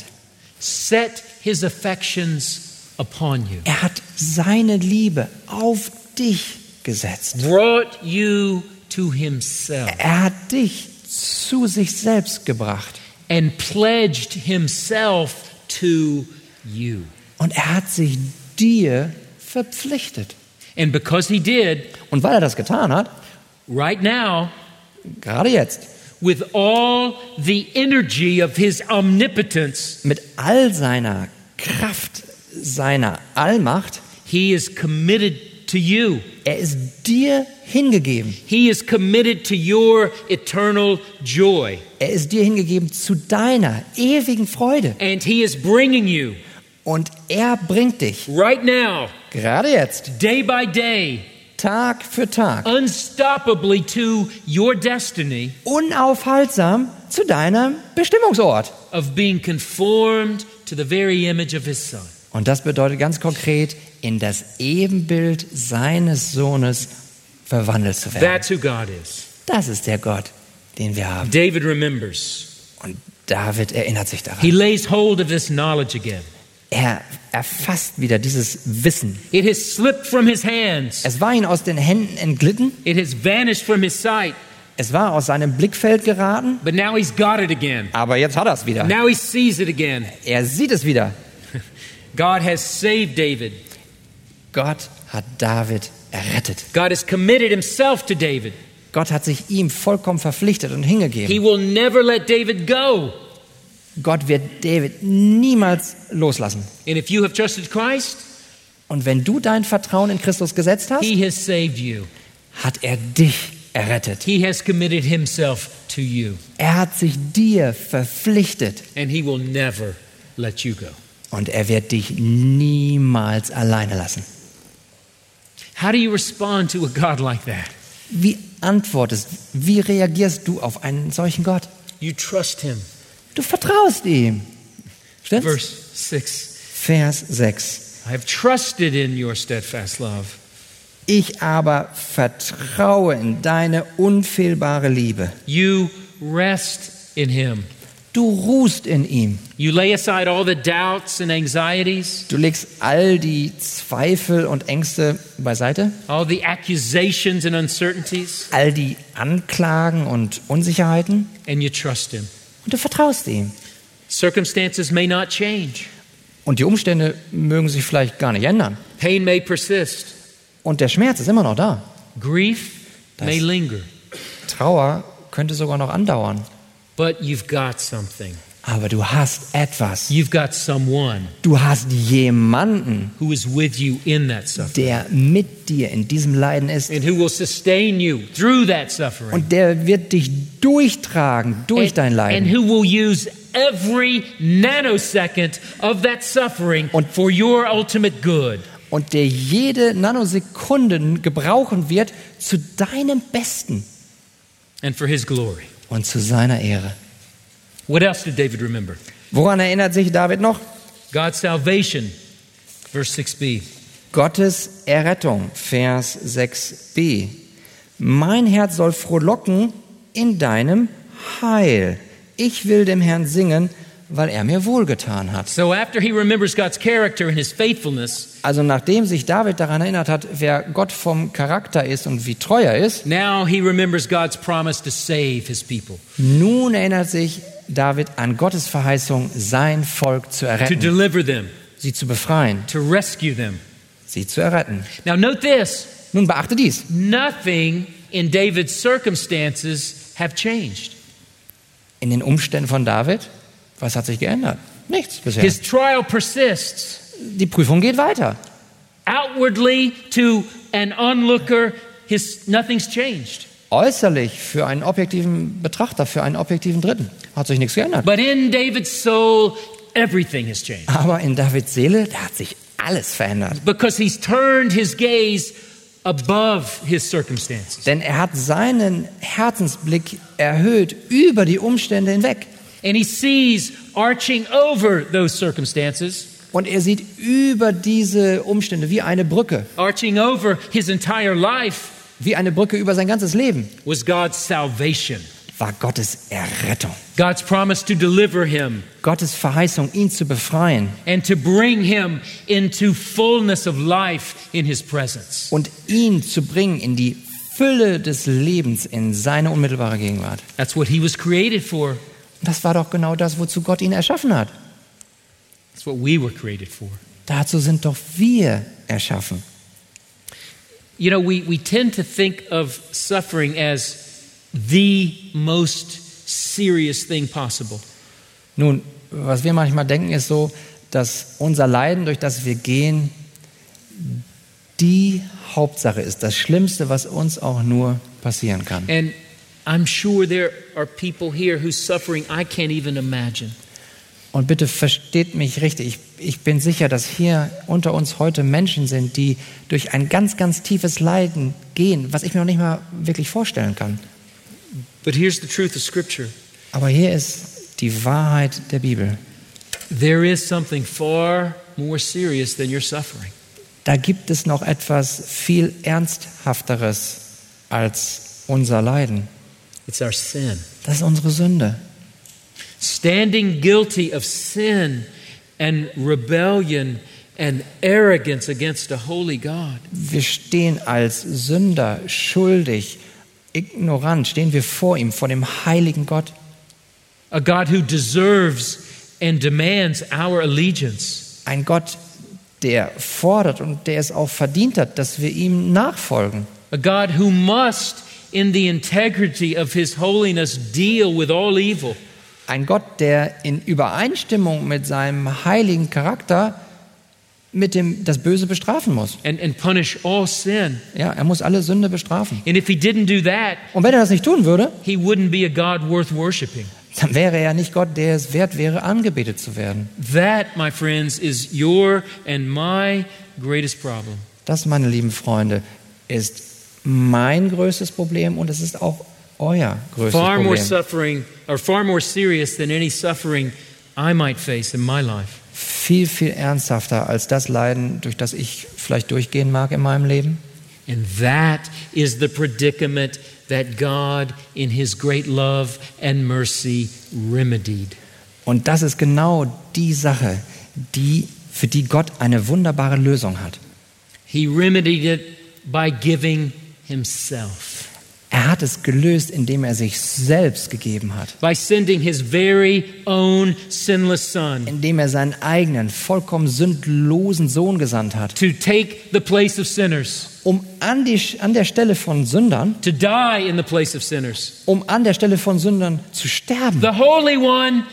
[SPEAKER 1] set His affections upon you,
[SPEAKER 2] Er hat seine Liebe auf dich gesetzt.
[SPEAKER 1] brought you to Himself,
[SPEAKER 2] Er hat dich zu sich selbst gebracht
[SPEAKER 1] and pledged Himself to you.
[SPEAKER 2] und er hat sich dir verpflichtet.
[SPEAKER 1] And because He did,
[SPEAKER 2] Und weil er das getan hat,
[SPEAKER 1] right now,
[SPEAKER 2] gerade jetzt,
[SPEAKER 1] with all the energy of His omnipotence,
[SPEAKER 2] mit all seiner Kraft, seiner Allmacht,
[SPEAKER 1] He is committed to you.
[SPEAKER 2] er ist dir hingegeben.
[SPEAKER 1] He is committed to your eternal joy.
[SPEAKER 2] Er ist dir hingegeben zu deiner ewigen Freude.
[SPEAKER 1] And he is bringing you
[SPEAKER 2] Und er bringt dich,
[SPEAKER 1] right now,
[SPEAKER 2] gerade jetzt,
[SPEAKER 1] day by day,
[SPEAKER 2] Tag für Tag,
[SPEAKER 1] unstoppably to your destiny
[SPEAKER 2] unaufhaltsam zu deinem Bestimmungsort.
[SPEAKER 1] of being conformed to the very image of his son.
[SPEAKER 2] Und das bedeutet ganz konkret, in das Ebenbild seines Sohnes verwandelt zu werden.
[SPEAKER 1] That's who God is.
[SPEAKER 2] Das ist der Gott, den wir haben.
[SPEAKER 1] David remembers.
[SPEAKER 2] Und David erinnert sich daran.
[SPEAKER 1] He lays hold of this knowledge again.
[SPEAKER 2] Er erfasst wieder dieses Wissen.
[SPEAKER 1] It has slipped from his hands,
[SPEAKER 2] Es war ihm aus den Händen entglitten,
[SPEAKER 1] it has vanished from his sight,
[SPEAKER 2] es war aus seinem Blickfeld geraten,
[SPEAKER 1] but now he's got it again.
[SPEAKER 2] aber jetzt hat er es wieder.
[SPEAKER 1] Now he sees it again.
[SPEAKER 2] Er sieht es wieder.
[SPEAKER 1] God has saved David.
[SPEAKER 2] Gott hat David errettet.
[SPEAKER 1] God has committed himself to David.
[SPEAKER 2] Gott hat sich ihm vollkommen verpflichtet und hingegeben.
[SPEAKER 1] He will never let David go.
[SPEAKER 2] Gott wird David niemals loslassen.
[SPEAKER 1] And if you have trusted Christ,
[SPEAKER 2] Und wenn du dein Vertrauen in Christus gesetzt hast,
[SPEAKER 1] he has saved you.
[SPEAKER 2] hat er dich errettet.
[SPEAKER 1] He has committed himself to you,
[SPEAKER 2] Er hat sich dir verpflichtet
[SPEAKER 1] and he will never let you go.
[SPEAKER 2] und er wird dich niemals alleine lassen.
[SPEAKER 1] How do you respond to a God like that?
[SPEAKER 2] Wie antwortest, wie reagierst du auf einen solchen Gott?
[SPEAKER 1] You trust him.
[SPEAKER 2] Du vertraust ihm. Stimmt's?
[SPEAKER 1] Verse 6
[SPEAKER 2] Vers 6.
[SPEAKER 1] I have trusted in your steadfast love.
[SPEAKER 2] Ich aber vertraue in deine unfehlbare Liebe.
[SPEAKER 1] You rest in him.
[SPEAKER 2] Du ruhst in ihm.
[SPEAKER 1] You lay aside all the doubts and anxieties,
[SPEAKER 2] Du legst all die Zweifel und Ängste beiseite,
[SPEAKER 1] all the accusations and uncertainties,
[SPEAKER 2] all die Anklagen und Unsicherheiten
[SPEAKER 1] and you trust him.
[SPEAKER 2] und du vertraust ihm.
[SPEAKER 1] Circumstances may not change,
[SPEAKER 2] Und die Umstände mögen sich vielleicht gar nicht ändern.
[SPEAKER 1] pain may persist,
[SPEAKER 2] Und der Schmerz ist immer noch da.
[SPEAKER 1] grief may
[SPEAKER 2] That's-
[SPEAKER 1] linger,
[SPEAKER 2] Trauer könnte sogar noch andauern.
[SPEAKER 1] but you've got something.
[SPEAKER 2] Aber du hast etwas.
[SPEAKER 1] You've got someone
[SPEAKER 2] Du hast jemanden,
[SPEAKER 1] who is with you in that suffering
[SPEAKER 2] der mit dir in diesem Leiden ist.
[SPEAKER 1] and who will sustain you through that suffering
[SPEAKER 2] Und der wird dich durchtragen durch
[SPEAKER 1] and,
[SPEAKER 2] dein
[SPEAKER 1] and
[SPEAKER 2] Leiden.
[SPEAKER 1] who will use every nanosecond of that suffering
[SPEAKER 2] Und-
[SPEAKER 1] for your ultimate good.
[SPEAKER 2] Und der jede Nanosekunde gebrauchen wird zu deinem Besten.
[SPEAKER 1] And for his glory.
[SPEAKER 2] und zu seiner Ehre.
[SPEAKER 1] What else did David remember?
[SPEAKER 2] Woran erinnert sich David noch?
[SPEAKER 1] God's salvation, verse 6b.
[SPEAKER 2] Gottes Errettung, Vers 6b. Mein Herz soll frohlocken in deinem Heil. Ich will dem Herrn singen, weil er mir wohlgetan hat.
[SPEAKER 1] So after he remembers God's character and his faithfulness,
[SPEAKER 2] Also nachdem sich David daran erinnert hat, wer Gott vom Charakter ist und wie treu er ist,
[SPEAKER 1] now he remembers God's promise to save his people,
[SPEAKER 2] nun erinnert sich David an Gottes Verheißung, sein Volk
[SPEAKER 1] to
[SPEAKER 2] zu erretten,
[SPEAKER 1] deliver them,
[SPEAKER 2] sie zu befreien,
[SPEAKER 1] to rescue them.
[SPEAKER 2] sie zu erretten.
[SPEAKER 1] Now note this,
[SPEAKER 2] Nun beachte dies.
[SPEAKER 1] nothing in David's circumstances have changed.
[SPEAKER 2] In den Umständen von David, was hat sich geändert? Nichts bisher.
[SPEAKER 1] His trial persists.
[SPEAKER 2] die Prüfung geht weiter.
[SPEAKER 1] Outwardly to an onlooker, his nothing's changed.
[SPEAKER 2] Äußerlich für einen objektiven Betrachter, für einen objektiven Dritten, hat sich nichts geändert.
[SPEAKER 1] But in David's soul, everything has changed.
[SPEAKER 2] Aber in Davids Seele, da hat sich alles verändert.
[SPEAKER 1] because he's turned his gaze above his circumstances.
[SPEAKER 2] Denn er hat seinen Herzensblick erhöht über die Umstände hinweg.
[SPEAKER 1] And he sees arching over those circumstances,
[SPEAKER 2] Und er sieht über diese Umstände wie eine Brücke,
[SPEAKER 1] arching over his entire life,
[SPEAKER 2] wie eine Brücke über sein ganzes Leben,
[SPEAKER 1] was God's salvation,
[SPEAKER 2] war Gottes Errettung.
[SPEAKER 1] God's promise to deliver him
[SPEAKER 2] Gottes Verheißung, ihn zu befreien
[SPEAKER 1] and to bring him into fullness of life in his presence.
[SPEAKER 2] und ihn zu bringen in die Fülle des Lebens, in seine unmittelbare Gegenwart.
[SPEAKER 1] That's what he was created for.
[SPEAKER 2] Und das war doch genau das, wozu Gott ihn erschaffen hat.
[SPEAKER 1] That's what we were created for.
[SPEAKER 2] Dazu sind doch wir erschaffen.
[SPEAKER 1] You know, we, we tend to think of suffering as the most serious thing possible.
[SPEAKER 2] Nun, was wir manchmal denken, ist so, dass unser Leiden, durch das wir gehen, die Hauptsache ist, das Schlimmste, was uns auch nur passieren kann.
[SPEAKER 1] And I'm sure there are people here whose suffering I can't even imagine.
[SPEAKER 2] Und bitte versteht mich richtig. Ich, ich bin sicher, dass hier unter uns heute Menschen sind, die durch ein ganz, ganz tiefes Leiden gehen, was ich mir noch nicht mal wirklich vorstellen kann.
[SPEAKER 1] But here's the truth of Scripture
[SPEAKER 2] Aber hier ist die Wahrheit der Bibel.
[SPEAKER 1] there is something far more serious than your suffering.
[SPEAKER 2] Da gibt es noch etwas viel Ernsthafteres als unser Leiden.
[SPEAKER 1] It's our sin.
[SPEAKER 2] Das ist unsere Sünde.
[SPEAKER 1] Standing guilty of sin and rebellion and arrogance against a holy God.
[SPEAKER 2] Wir stehen als Sünder, schuldig, ignorant, stehen wir vor ihm, vor dem heiligen Gott.
[SPEAKER 1] A God who deserves and demands our allegiance.
[SPEAKER 2] Ein Gott, der fordert und der es auch verdient hat, dass wir ihm nachfolgen.
[SPEAKER 1] A God who must, in the integrity of his holiness, deal with all evil.
[SPEAKER 2] Ein Gott, der in Übereinstimmung mit seinem heiligen Charakter mit dem das Böse bestrafen muss.
[SPEAKER 1] and, and punish all sin.
[SPEAKER 2] Ja, er muss alle Sünde bestrafen.
[SPEAKER 1] And if he didn't do that,
[SPEAKER 2] Und wenn er das nicht tun würde,
[SPEAKER 1] he wouldn't be a God worth worshiping.
[SPEAKER 2] dann wäre er nicht Gott, der es wert wäre, angebetet zu werden.
[SPEAKER 1] That, my friends, is your and my greatest problem.
[SPEAKER 2] Das, meine lieben Freunde, ist mein größtes Problem und es ist auch euer größtes
[SPEAKER 1] Far more
[SPEAKER 2] Problem.
[SPEAKER 1] suffering, or far more serious than any suffering I might face in my life.
[SPEAKER 2] Viel, viel ernsthafter als das Leiden, durch das ich vielleicht durchgehen mag in meinem Leben.
[SPEAKER 1] And that is the predicament that God, in his great love and mercy, remedied.
[SPEAKER 2] Und das ist genau die Sache, die, für die Gott eine wunderbare Lösung hat.
[SPEAKER 1] He remedied it by giving himself.
[SPEAKER 2] Er hat es gelöst, indem er sich selbst gegeben hat,
[SPEAKER 1] by sending his very own sinless son
[SPEAKER 2] indem er seinen eigenen, vollkommen sündlosen Sohn gesandt hat,
[SPEAKER 1] to take the place of sinners,
[SPEAKER 2] um an, die, an der Stelle von Sündern,
[SPEAKER 1] to die in the place of sinners.
[SPEAKER 2] um an der Stelle von Sündern zu sterben.
[SPEAKER 1] The Holy One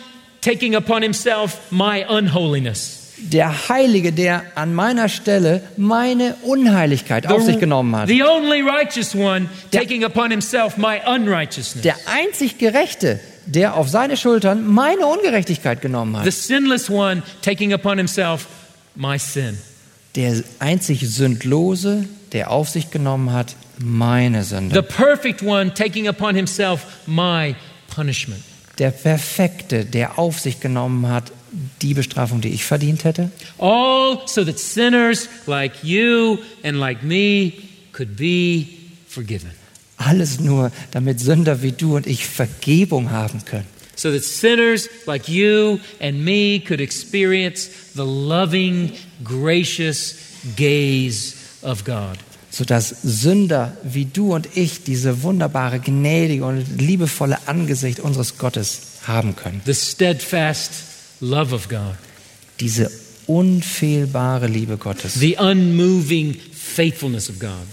[SPEAKER 1] taking upon himself my unholiness.
[SPEAKER 2] Der Heilige, der an meiner Stelle meine Unheiligkeit auf sich genommen hat.
[SPEAKER 1] the only righteous one taking upon himself my unrighteousness.
[SPEAKER 2] Der einzig Gerechte, der auf seine Schultern meine Ungerechtigkeit genommen
[SPEAKER 1] The
[SPEAKER 2] hat.
[SPEAKER 1] sinless one taking upon himself my sin.
[SPEAKER 2] Der einzig Sündlose, der auf sich genommen hat meine Sünde.
[SPEAKER 1] The perfect one taking upon himself my punishment.
[SPEAKER 2] Der Perfekte, der auf sich genommen hat die Bestrafung, die ich verdient hätte.
[SPEAKER 1] All so that sinners like you and like me could be forgiven.
[SPEAKER 2] Alles nur, damit Sünder wie du und ich Vergebung haben können.
[SPEAKER 1] so that sinners like you and me could experience the loving, gracious gaze of God.
[SPEAKER 2] sodass Sünder wie du und ich diese wunderbare, gnädige und liebevolle Angesicht unseres Gottes haben können.
[SPEAKER 1] the steadfast love of God,
[SPEAKER 2] Diese unfehlbare Liebe Gottes,
[SPEAKER 1] the unmoving faithfulness of God,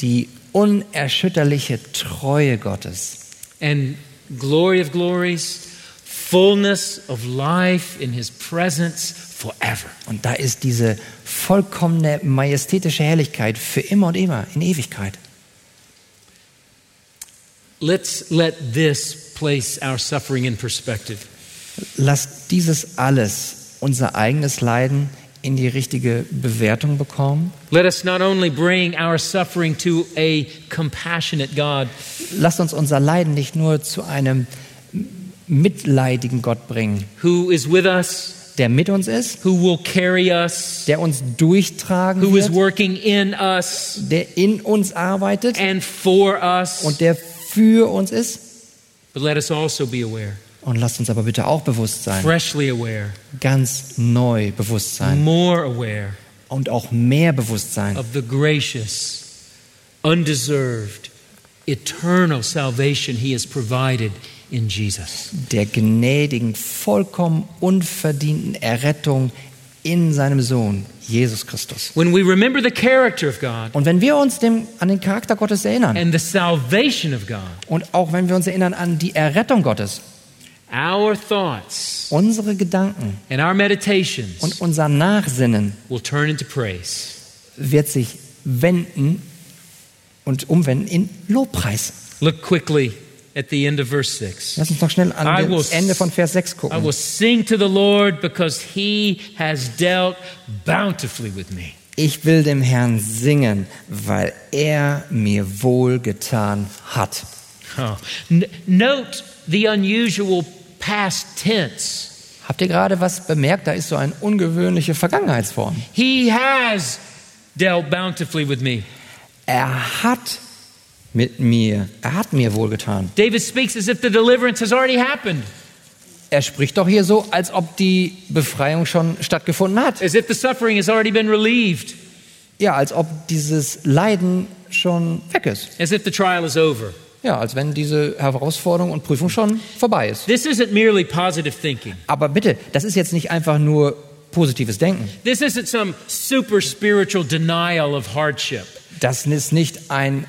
[SPEAKER 2] die unerschütterliche Treue Gottes
[SPEAKER 1] and glory of glories, fullness of life in His presence forever.
[SPEAKER 2] und da ist diese vollkommene majestätische Herrlichkeit für immer und immer in Ewigkeit.
[SPEAKER 1] Let's let this place our suffering in perspective.
[SPEAKER 2] Lasst dieses alles, unser eigenes Leiden, in die richtige Bewertung bekommen.
[SPEAKER 1] Let us not only bring our suffering to a compassionate God,
[SPEAKER 2] Lasst uns unser Leiden nicht nur zu einem mitleidigen Gott bringen,
[SPEAKER 1] who is with us,
[SPEAKER 2] der mit uns ist,
[SPEAKER 1] who will carry us,
[SPEAKER 2] der uns durchtragen
[SPEAKER 1] who is
[SPEAKER 2] wird,
[SPEAKER 1] working in us
[SPEAKER 2] der in uns arbeitet
[SPEAKER 1] and for us.
[SPEAKER 2] und der für uns ist.
[SPEAKER 1] But let us also be aware,
[SPEAKER 2] Und lasst uns aber bitte auch bewusst sein,
[SPEAKER 1] freshly aware,
[SPEAKER 2] ganz neu bewusst sein
[SPEAKER 1] more aware
[SPEAKER 2] und auch mehr bewusst sein
[SPEAKER 1] of the gracious, undeserved, eternal salvation He has provided in Jesus.
[SPEAKER 2] der gnädigen, vollkommen unverdienten Errettung in seinem Sohn, Jesus Christus.
[SPEAKER 1] When we remember the character of God
[SPEAKER 2] Und wenn wir uns dem, an den Charakter Gottes erinnern
[SPEAKER 1] and the salvation of God,
[SPEAKER 2] und auch wenn wir uns erinnern an die Errettung Gottes,
[SPEAKER 1] our thoughts
[SPEAKER 2] unsere Gedanken
[SPEAKER 1] and our meditations
[SPEAKER 2] und unser Nachsinnen
[SPEAKER 1] will turn into praise.
[SPEAKER 2] wird sich wenden und umwenden in Lobpreis.
[SPEAKER 1] Look quickly at the end of verse 6.
[SPEAKER 2] Lass uns noch schnell
[SPEAKER 1] I
[SPEAKER 2] an
[SPEAKER 1] will
[SPEAKER 2] das Ende von Vers 6
[SPEAKER 1] I
[SPEAKER 2] gucken.
[SPEAKER 1] will sing to the Lord because he has dealt bountifully with me.
[SPEAKER 2] Ich will dem Herrn singen, weil er mir wohlgetan hat.
[SPEAKER 1] Oh. N- note the unusual past tense.
[SPEAKER 2] Habt ihr gerade was bemerkt? Da ist so eine ungewöhnliche Vergangenheitsform.
[SPEAKER 1] He has dealt bountifully with me.
[SPEAKER 2] Er hat mit mir, er hat mir wohlgetan.
[SPEAKER 1] David speaks as if the deliverance has already happened,
[SPEAKER 2] Er spricht doch hier so, als ob die Befreiung schon stattgefunden hat.
[SPEAKER 1] as if the suffering has already been relieved,
[SPEAKER 2] Ja, als ob dieses Leiden schon weg ist.
[SPEAKER 1] as if the trial is over.
[SPEAKER 2] Ja, als wenn diese Herausforderung und Prüfung schon vorbei ist.
[SPEAKER 1] This isn't merely positive thinking.
[SPEAKER 2] Aber bitte, das ist jetzt nicht einfach nur positives Denken.
[SPEAKER 1] This isn't some super spiritual denial of hardship.
[SPEAKER 2] Das ist nicht ein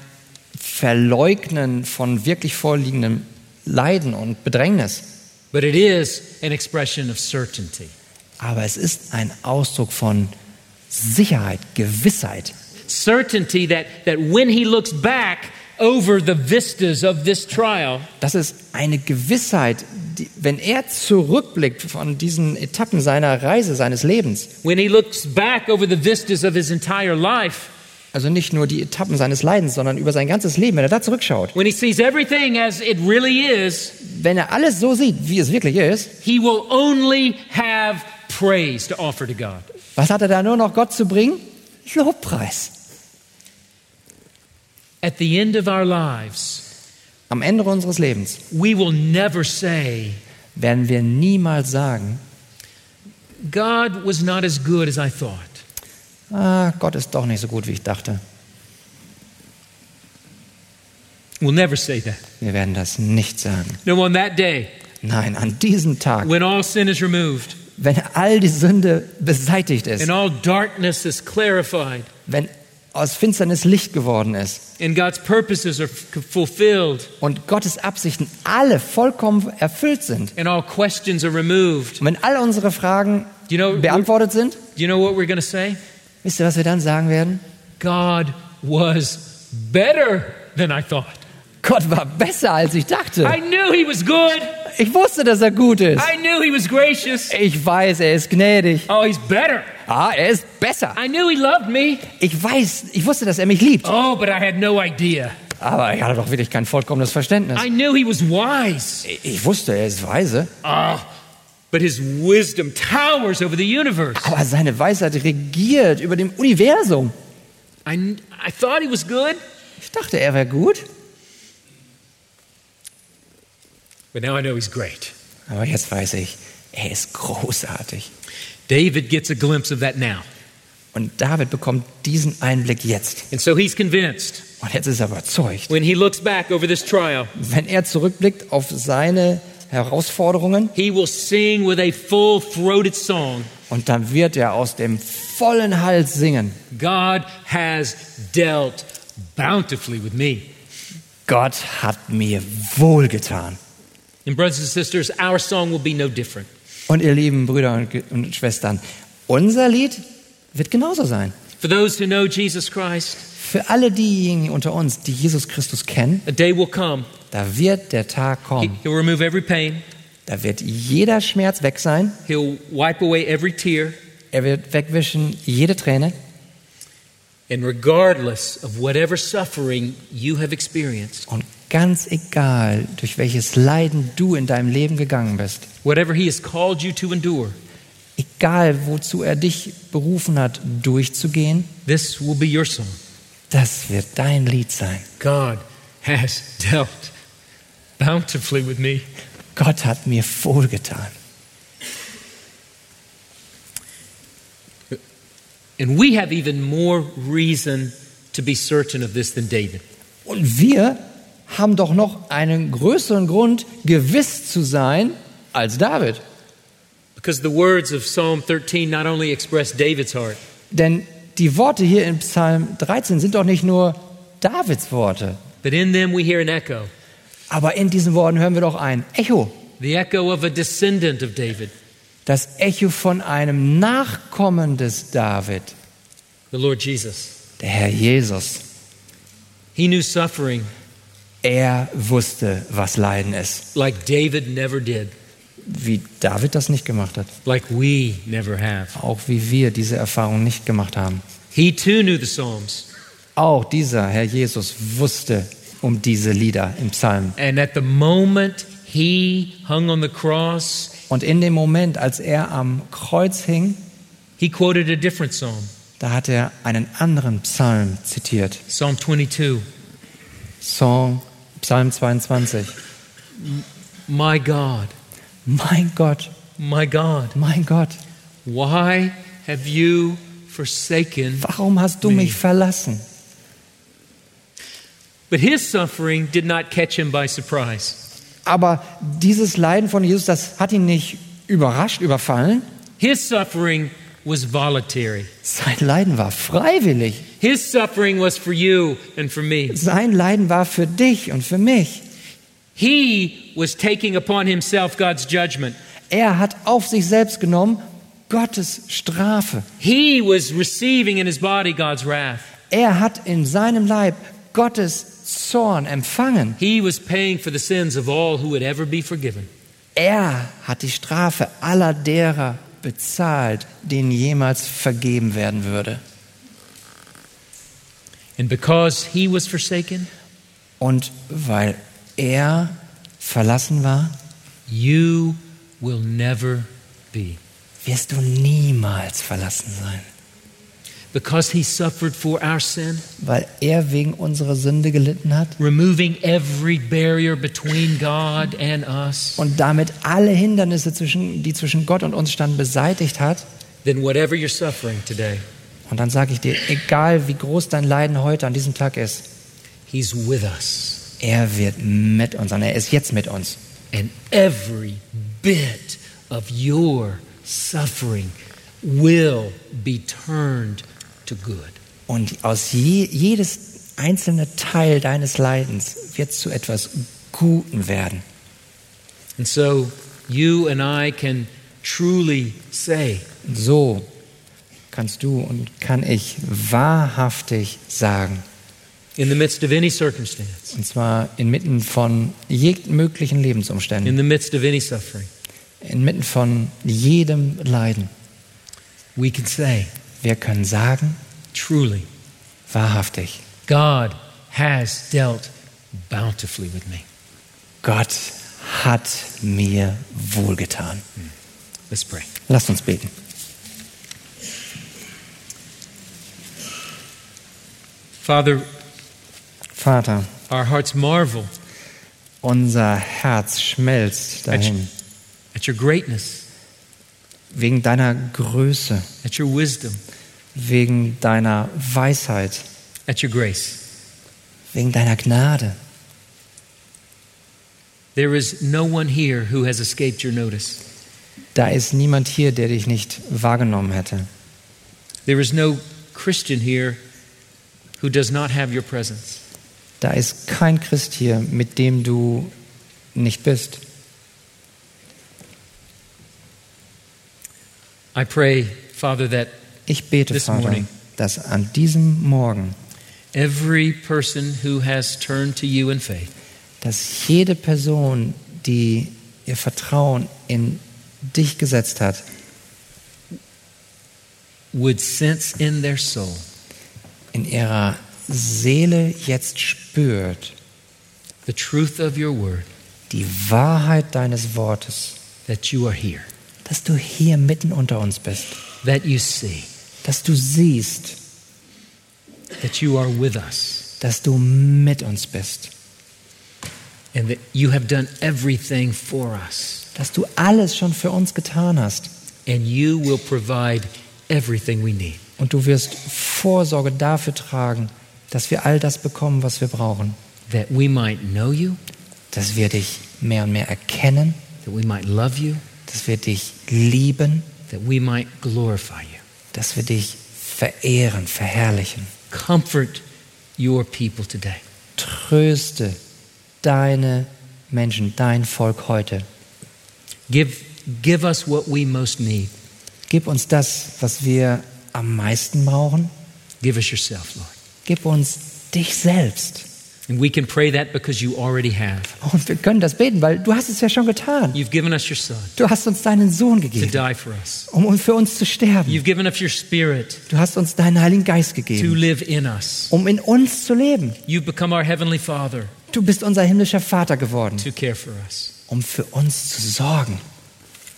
[SPEAKER 2] Verleugnen von wirklich vorliegendem Leiden und Bedrängnis.
[SPEAKER 1] But it is an expression of certainty.
[SPEAKER 2] Aber es ist ein Ausdruck von Sicherheit, Gewissheit.
[SPEAKER 1] certainty that, that when he looks back over the vistas of this trial,
[SPEAKER 2] Das ist eine Gewissheit, die, wenn er zurückblickt von diesen Etappen seiner Reise, seines Lebens,
[SPEAKER 1] when he looks back over the vistas of his entire life,
[SPEAKER 2] also nicht nur die Etappen seines Leidens, sondern über sein ganzes Leben, wenn er da zurückschaut,
[SPEAKER 1] when he sees everything as it really is,
[SPEAKER 2] wenn er alles so sieht, wie es wirklich ist,
[SPEAKER 1] he will only have praise to offer to God.
[SPEAKER 2] was hat er da nur noch Gott zu bringen? Lobpreis.
[SPEAKER 1] At the end of our lives,
[SPEAKER 2] Am Ende unseres Lebens
[SPEAKER 1] we will never say,
[SPEAKER 2] werden wir niemals sagen,
[SPEAKER 1] God was not as good as I thought.
[SPEAKER 2] ah, Gott ist doch nicht so gut, wie ich dachte.
[SPEAKER 1] We'll never say that.
[SPEAKER 2] Wir werden das nicht sagen.
[SPEAKER 1] No, on that day,
[SPEAKER 2] Nein, an diesem Tag,
[SPEAKER 1] when all sin is removed
[SPEAKER 2] wenn all die Sünde beseitigt
[SPEAKER 1] and
[SPEAKER 2] ist,
[SPEAKER 1] all darkness is clarified
[SPEAKER 2] wenn aus Finsternis Licht geworden ist
[SPEAKER 1] and God's purposes are f- fulfilled,
[SPEAKER 2] und Gottes Absichten alle vollkommen erfüllt sind
[SPEAKER 1] and all questions are removed.
[SPEAKER 2] und wenn all unsere Fragen
[SPEAKER 1] You know,
[SPEAKER 2] beantwortet sind,
[SPEAKER 1] you know what we're going to say?
[SPEAKER 2] wisst ihr, was wir dann sagen werden?
[SPEAKER 1] God was better than I thought.
[SPEAKER 2] Gott war besser, als ich dachte.
[SPEAKER 1] I knew He was good.
[SPEAKER 2] Ich wusste, dass er gut ist.
[SPEAKER 1] I knew He was gracious.
[SPEAKER 2] Ich weiß, er ist gnädig.
[SPEAKER 1] Oh, He's better.
[SPEAKER 2] Ah, er ist besser.
[SPEAKER 1] I knew He loved me.
[SPEAKER 2] Ich weiß, ich wusste, dass er mich liebt.
[SPEAKER 1] Oh, but I had no idea.
[SPEAKER 2] Aber er hatte doch wirklich kein vollkommenes Verständnis.
[SPEAKER 1] I knew He was wise.
[SPEAKER 2] Ich wusste, er ist weise.
[SPEAKER 1] Ah, but His wisdom towers over the universe.
[SPEAKER 2] Aber seine Weisheit regiert über dem Universum.
[SPEAKER 1] I, kn- I thought He was good,
[SPEAKER 2] Ich dachte, er wäre gut,
[SPEAKER 1] but now I know He's great.
[SPEAKER 2] Aber jetzt weiß ich, er ist großartig.
[SPEAKER 1] David gets a glimpse of that now.
[SPEAKER 2] Und David bekommt diesen Einblick jetzt.
[SPEAKER 1] And so he's convinced
[SPEAKER 2] Und jetzt ist er überzeugt.
[SPEAKER 1] when he looks back over this trial,
[SPEAKER 2] Wenn er zurückblickt auf seine Herausforderungen
[SPEAKER 1] he will sing with a full throated song
[SPEAKER 2] und dann wird er aus dem vollen Hals singen.
[SPEAKER 1] God has dealt bountifully with me.
[SPEAKER 2] Gott hat mir wohlgetan.
[SPEAKER 1] And, brothers and sisters, our song will be no different.
[SPEAKER 2] Und ihr lieben Brüder und, Ge- und Schwestern, unser Lied wird genauso sein.
[SPEAKER 1] For those who know Jesus Christ,
[SPEAKER 2] Für alle diejenigen unter uns, die Jesus Christus kennen,
[SPEAKER 1] a day will come.
[SPEAKER 2] da wird der Tag
[SPEAKER 1] He-
[SPEAKER 2] kommen.
[SPEAKER 1] He'll remove every pain,
[SPEAKER 2] Da wird jeder Schmerz weg sein.
[SPEAKER 1] He'll wipe away every tear.
[SPEAKER 2] Er wird wegwischen jede Träne.
[SPEAKER 1] And regardless of whatever suffering you have experienced,
[SPEAKER 2] Und ganz egal, durch welches Leiden du in deinem Leben gegangen bist,
[SPEAKER 1] whatever He has called you to endure,
[SPEAKER 2] egal wozu er dich berufen hat, durchzugehen,
[SPEAKER 1] this will be your song.
[SPEAKER 2] das wird dein Lied sein.
[SPEAKER 1] God has dealt bountifully with me.
[SPEAKER 2] Gott hat mir wohlgetan.
[SPEAKER 1] And we have even more reason to be certain of this than David.
[SPEAKER 2] Und wir haben doch noch einen größeren Grund, gewiss zu sein als David.
[SPEAKER 1] Because the words of Psalm 13 not only express David's heart,
[SPEAKER 2] Denn die Worte hier in Psalm 13 sind doch nicht nur Davids Worte,
[SPEAKER 1] but in them we hear an echo
[SPEAKER 2] aber in diesen Worten hören wir doch ein Echo.
[SPEAKER 1] the echo of a descendant of David.
[SPEAKER 2] Das Echo von einem Nachkommen des David,
[SPEAKER 1] the Lord Jesus.
[SPEAKER 2] der Herr Jesus.
[SPEAKER 1] He knew suffering
[SPEAKER 2] Er wusste, was Leiden ist,
[SPEAKER 1] like David never did,
[SPEAKER 2] wie David das nicht gemacht hat,
[SPEAKER 1] like we never have.
[SPEAKER 2] auch wie wir diese Erfahrung nicht gemacht haben.
[SPEAKER 1] He too knew the Psalms,
[SPEAKER 2] Auch dieser Herr Jesus wusste um diese Lieder im Psalm.
[SPEAKER 1] and at the moment he hung on the cross,
[SPEAKER 2] Und in dem Moment, als er am Kreuz hing,
[SPEAKER 1] he quoted a different psalm,
[SPEAKER 2] da hat er einen anderen Psalm zitiert,
[SPEAKER 1] Psalm 22.
[SPEAKER 2] Psalm, Psalm 22.
[SPEAKER 1] My God,
[SPEAKER 2] Mein Gott,
[SPEAKER 1] my God,
[SPEAKER 2] mein Gott,
[SPEAKER 1] why have you forsaken?
[SPEAKER 2] warum hast du mich verlassen?
[SPEAKER 1] But his suffering did not catch him by surprise.
[SPEAKER 2] Aber dieses Leiden von Jesus, das hat ihn nicht überrascht, überfallen.
[SPEAKER 1] His suffering was voluntary.
[SPEAKER 2] Sein Leiden war freiwillig.
[SPEAKER 1] His suffering was for you and for me.
[SPEAKER 2] Sein Leiden war für dich und für mich.
[SPEAKER 1] He was taking upon himself God's judgment.
[SPEAKER 2] Er hat auf sich selbst genommen Gottes Strafe.
[SPEAKER 1] He was receiving in his body God's wrath.
[SPEAKER 2] Er hat in seinem Leib Gottes Zorn empfangen.
[SPEAKER 1] He was paying for the sins of all who would ever be forgiven.
[SPEAKER 2] Er hat die Strafe aller derer bezahlt, denen jemals vergeben werden würde.
[SPEAKER 1] And because he was forsaken,
[SPEAKER 2] Und weil er verlassen war,
[SPEAKER 1] you will never be.
[SPEAKER 2] wirst du niemals verlassen sein.
[SPEAKER 1] Because he suffered for our sin,
[SPEAKER 2] Weil er wegen unserer Sünde gelitten hat
[SPEAKER 1] removing every barrier between God and us,
[SPEAKER 2] und damit alle Hindernisse, zwischen, die zwischen Gott und uns standen, beseitigt hat,
[SPEAKER 1] then whatever you're suffering today,
[SPEAKER 2] Und dann sage ich dir, egal wie groß dein Leiden heute an diesem Tag ist,
[SPEAKER 1] he's with us.
[SPEAKER 2] er wird mit uns sein. Er ist jetzt mit uns.
[SPEAKER 1] And every bit of your suffering will be turned to good.
[SPEAKER 2] Und aus je, jedes einzelne Teil deines Leidens wird zu etwas Guten werden.
[SPEAKER 1] And so you and I can truly say,
[SPEAKER 2] So kannst du und kann ich wahrhaftig sagen,
[SPEAKER 1] in the midst of any circumstance,
[SPEAKER 2] und zwar inmitten von jeglichen
[SPEAKER 1] in
[SPEAKER 2] Lebensumständen,
[SPEAKER 1] the midst of any suffering,
[SPEAKER 2] inmitten von jedem Leiden,
[SPEAKER 1] we can say,
[SPEAKER 2] wir können sagen,
[SPEAKER 1] truly,
[SPEAKER 2] wahrhaftig,
[SPEAKER 1] God has dealt bountifully with me.
[SPEAKER 2] Gott hat mir wohlgetan.
[SPEAKER 1] Let's pray.
[SPEAKER 2] Lasst uns beten.
[SPEAKER 1] Father,
[SPEAKER 2] Vater,
[SPEAKER 1] our hearts marvel
[SPEAKER 2] unser Herz schmelzt dahin
[SPEAKER 1] at your greatness,
[SPEAKER 2] wegen deiner Größe,
[SPEAKER 1] at your wisdom,
[SPEAKER 2] wegen deiner Weisheit,
[SPEAKER 1] at your grace.
[SPEAKER 2] wegen deiner Gnade.
[SPEAKER 1] There is no one here who has escaped your notice.
[SPEAKER 2] Da ist niemand hier, der dich nicht wahrgenommen hätte.
[SPEAKER 1] There is no Christian here who does not have your presence.
[SPEAKER 2] Da ist kein Christ hier, mit dem du nicht bist.
[SPEAKER 1] I pray, Father, that
[SPEAKER 2] Ich bete,
[SPEAKER 1] This
[SPEAKER 2] Vater,
[SPEAKER 1] morning.
[SPEAKER 2] dass an diesem Morgen,
[SPEAKER 1] every person who has turned to you in faith
[SPEAKER 2] dass jede Person, die ihr Vertrauen in dich gesetzt hat,
[SPEAKER 1] would sense in their soul,
[SPEAKER 2] in ihrer Seele jetzt spürt,
[SPEAKER 1] the truth of your word,
[SPEAKER 2] die Wahrheit deines Wortes,
[SPEAKER 1] that you are here,
[SPEAKER 2] dass du hier mitten unter uns bist,
[SPEAKER 1] that you see,
[SPEAKER 2] dass du siehst,
[SPEAKER 1] that you are with us,
[SPEAKER 2] dass du mit uns bist,
[SPEAKER 1] and that you have done everything for us,
[SPEAKER 2] dass du alles schon für uns getan hast
[SPEAKER 1] and you will provide everything we need.
[SPEAKER 2] und du wirst Vorsorge dafür tragen, dass wir all das bekommen, was wir brauchen,
[SPEAKER 1] that we might know you,
[SPEAKER 2] dass wir dich mehr und mehr erkennen,
[SPEAKER 1] that we might love you,
[SPEAKER 2] dass wir dich lieben,
[SPEAKER 1] that we might glorify you.
[SPEAKER 2] dass wir dich verehren, verherrlichen.
[SPEAKER 1] Comfort your people today.
[SPEAKER 2] Tröste deine Menschen, dein Volk heute.
[SPEAKER 1] Give, give us what we most need.
[SPEAKER 2] Gib uns das, was wir am meisten brauchen.
[SPEAKER 1] Give us yourself, Lord.
[SPEAKER 2] Gib uns dich selbst.
[SPEAKER 1] And we can pray that because you already have.
[SPEAKER 2] Und wir können das beten, weil du hast es ja schon getan.
[SPEAKER 1] You've given us your Son
[SPEAKER 2] Du hast uns deinen Sohn
[SPEAKER 1] to
[SPEAKER 2] gegeben,
[SPEAKER 1] die for us.
[SPEAKER 2] um für uns zu sterben.
[SPEAKER 1] You've given us your Spirit
[SPEAKER 2] Du hast uns deinen Heiligen Geist
[SPEAKER 1] to
[SPEAKER 2] gegeben,
[SPEAKER 1] live in us.
[SPEAKER 2] um in uns zu leben.
[SPEAKER 1] You've become our Heavenly Father
[SPEAKER 2] Du bist unser himmlischer Vater geworden,
[SPEAKER 1] to care for us.
[SPEAKER 2] um für uns zu sorgen.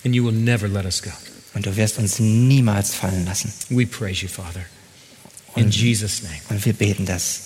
[SPEAKER 1] And you will never let us go.
[SPEAKER 2] Und du wirst uns niemals fallen lassen.
[SPEAKER 1] We praise you, Father. In Jesus' name.
[SPEAKER 2] Und wir beten das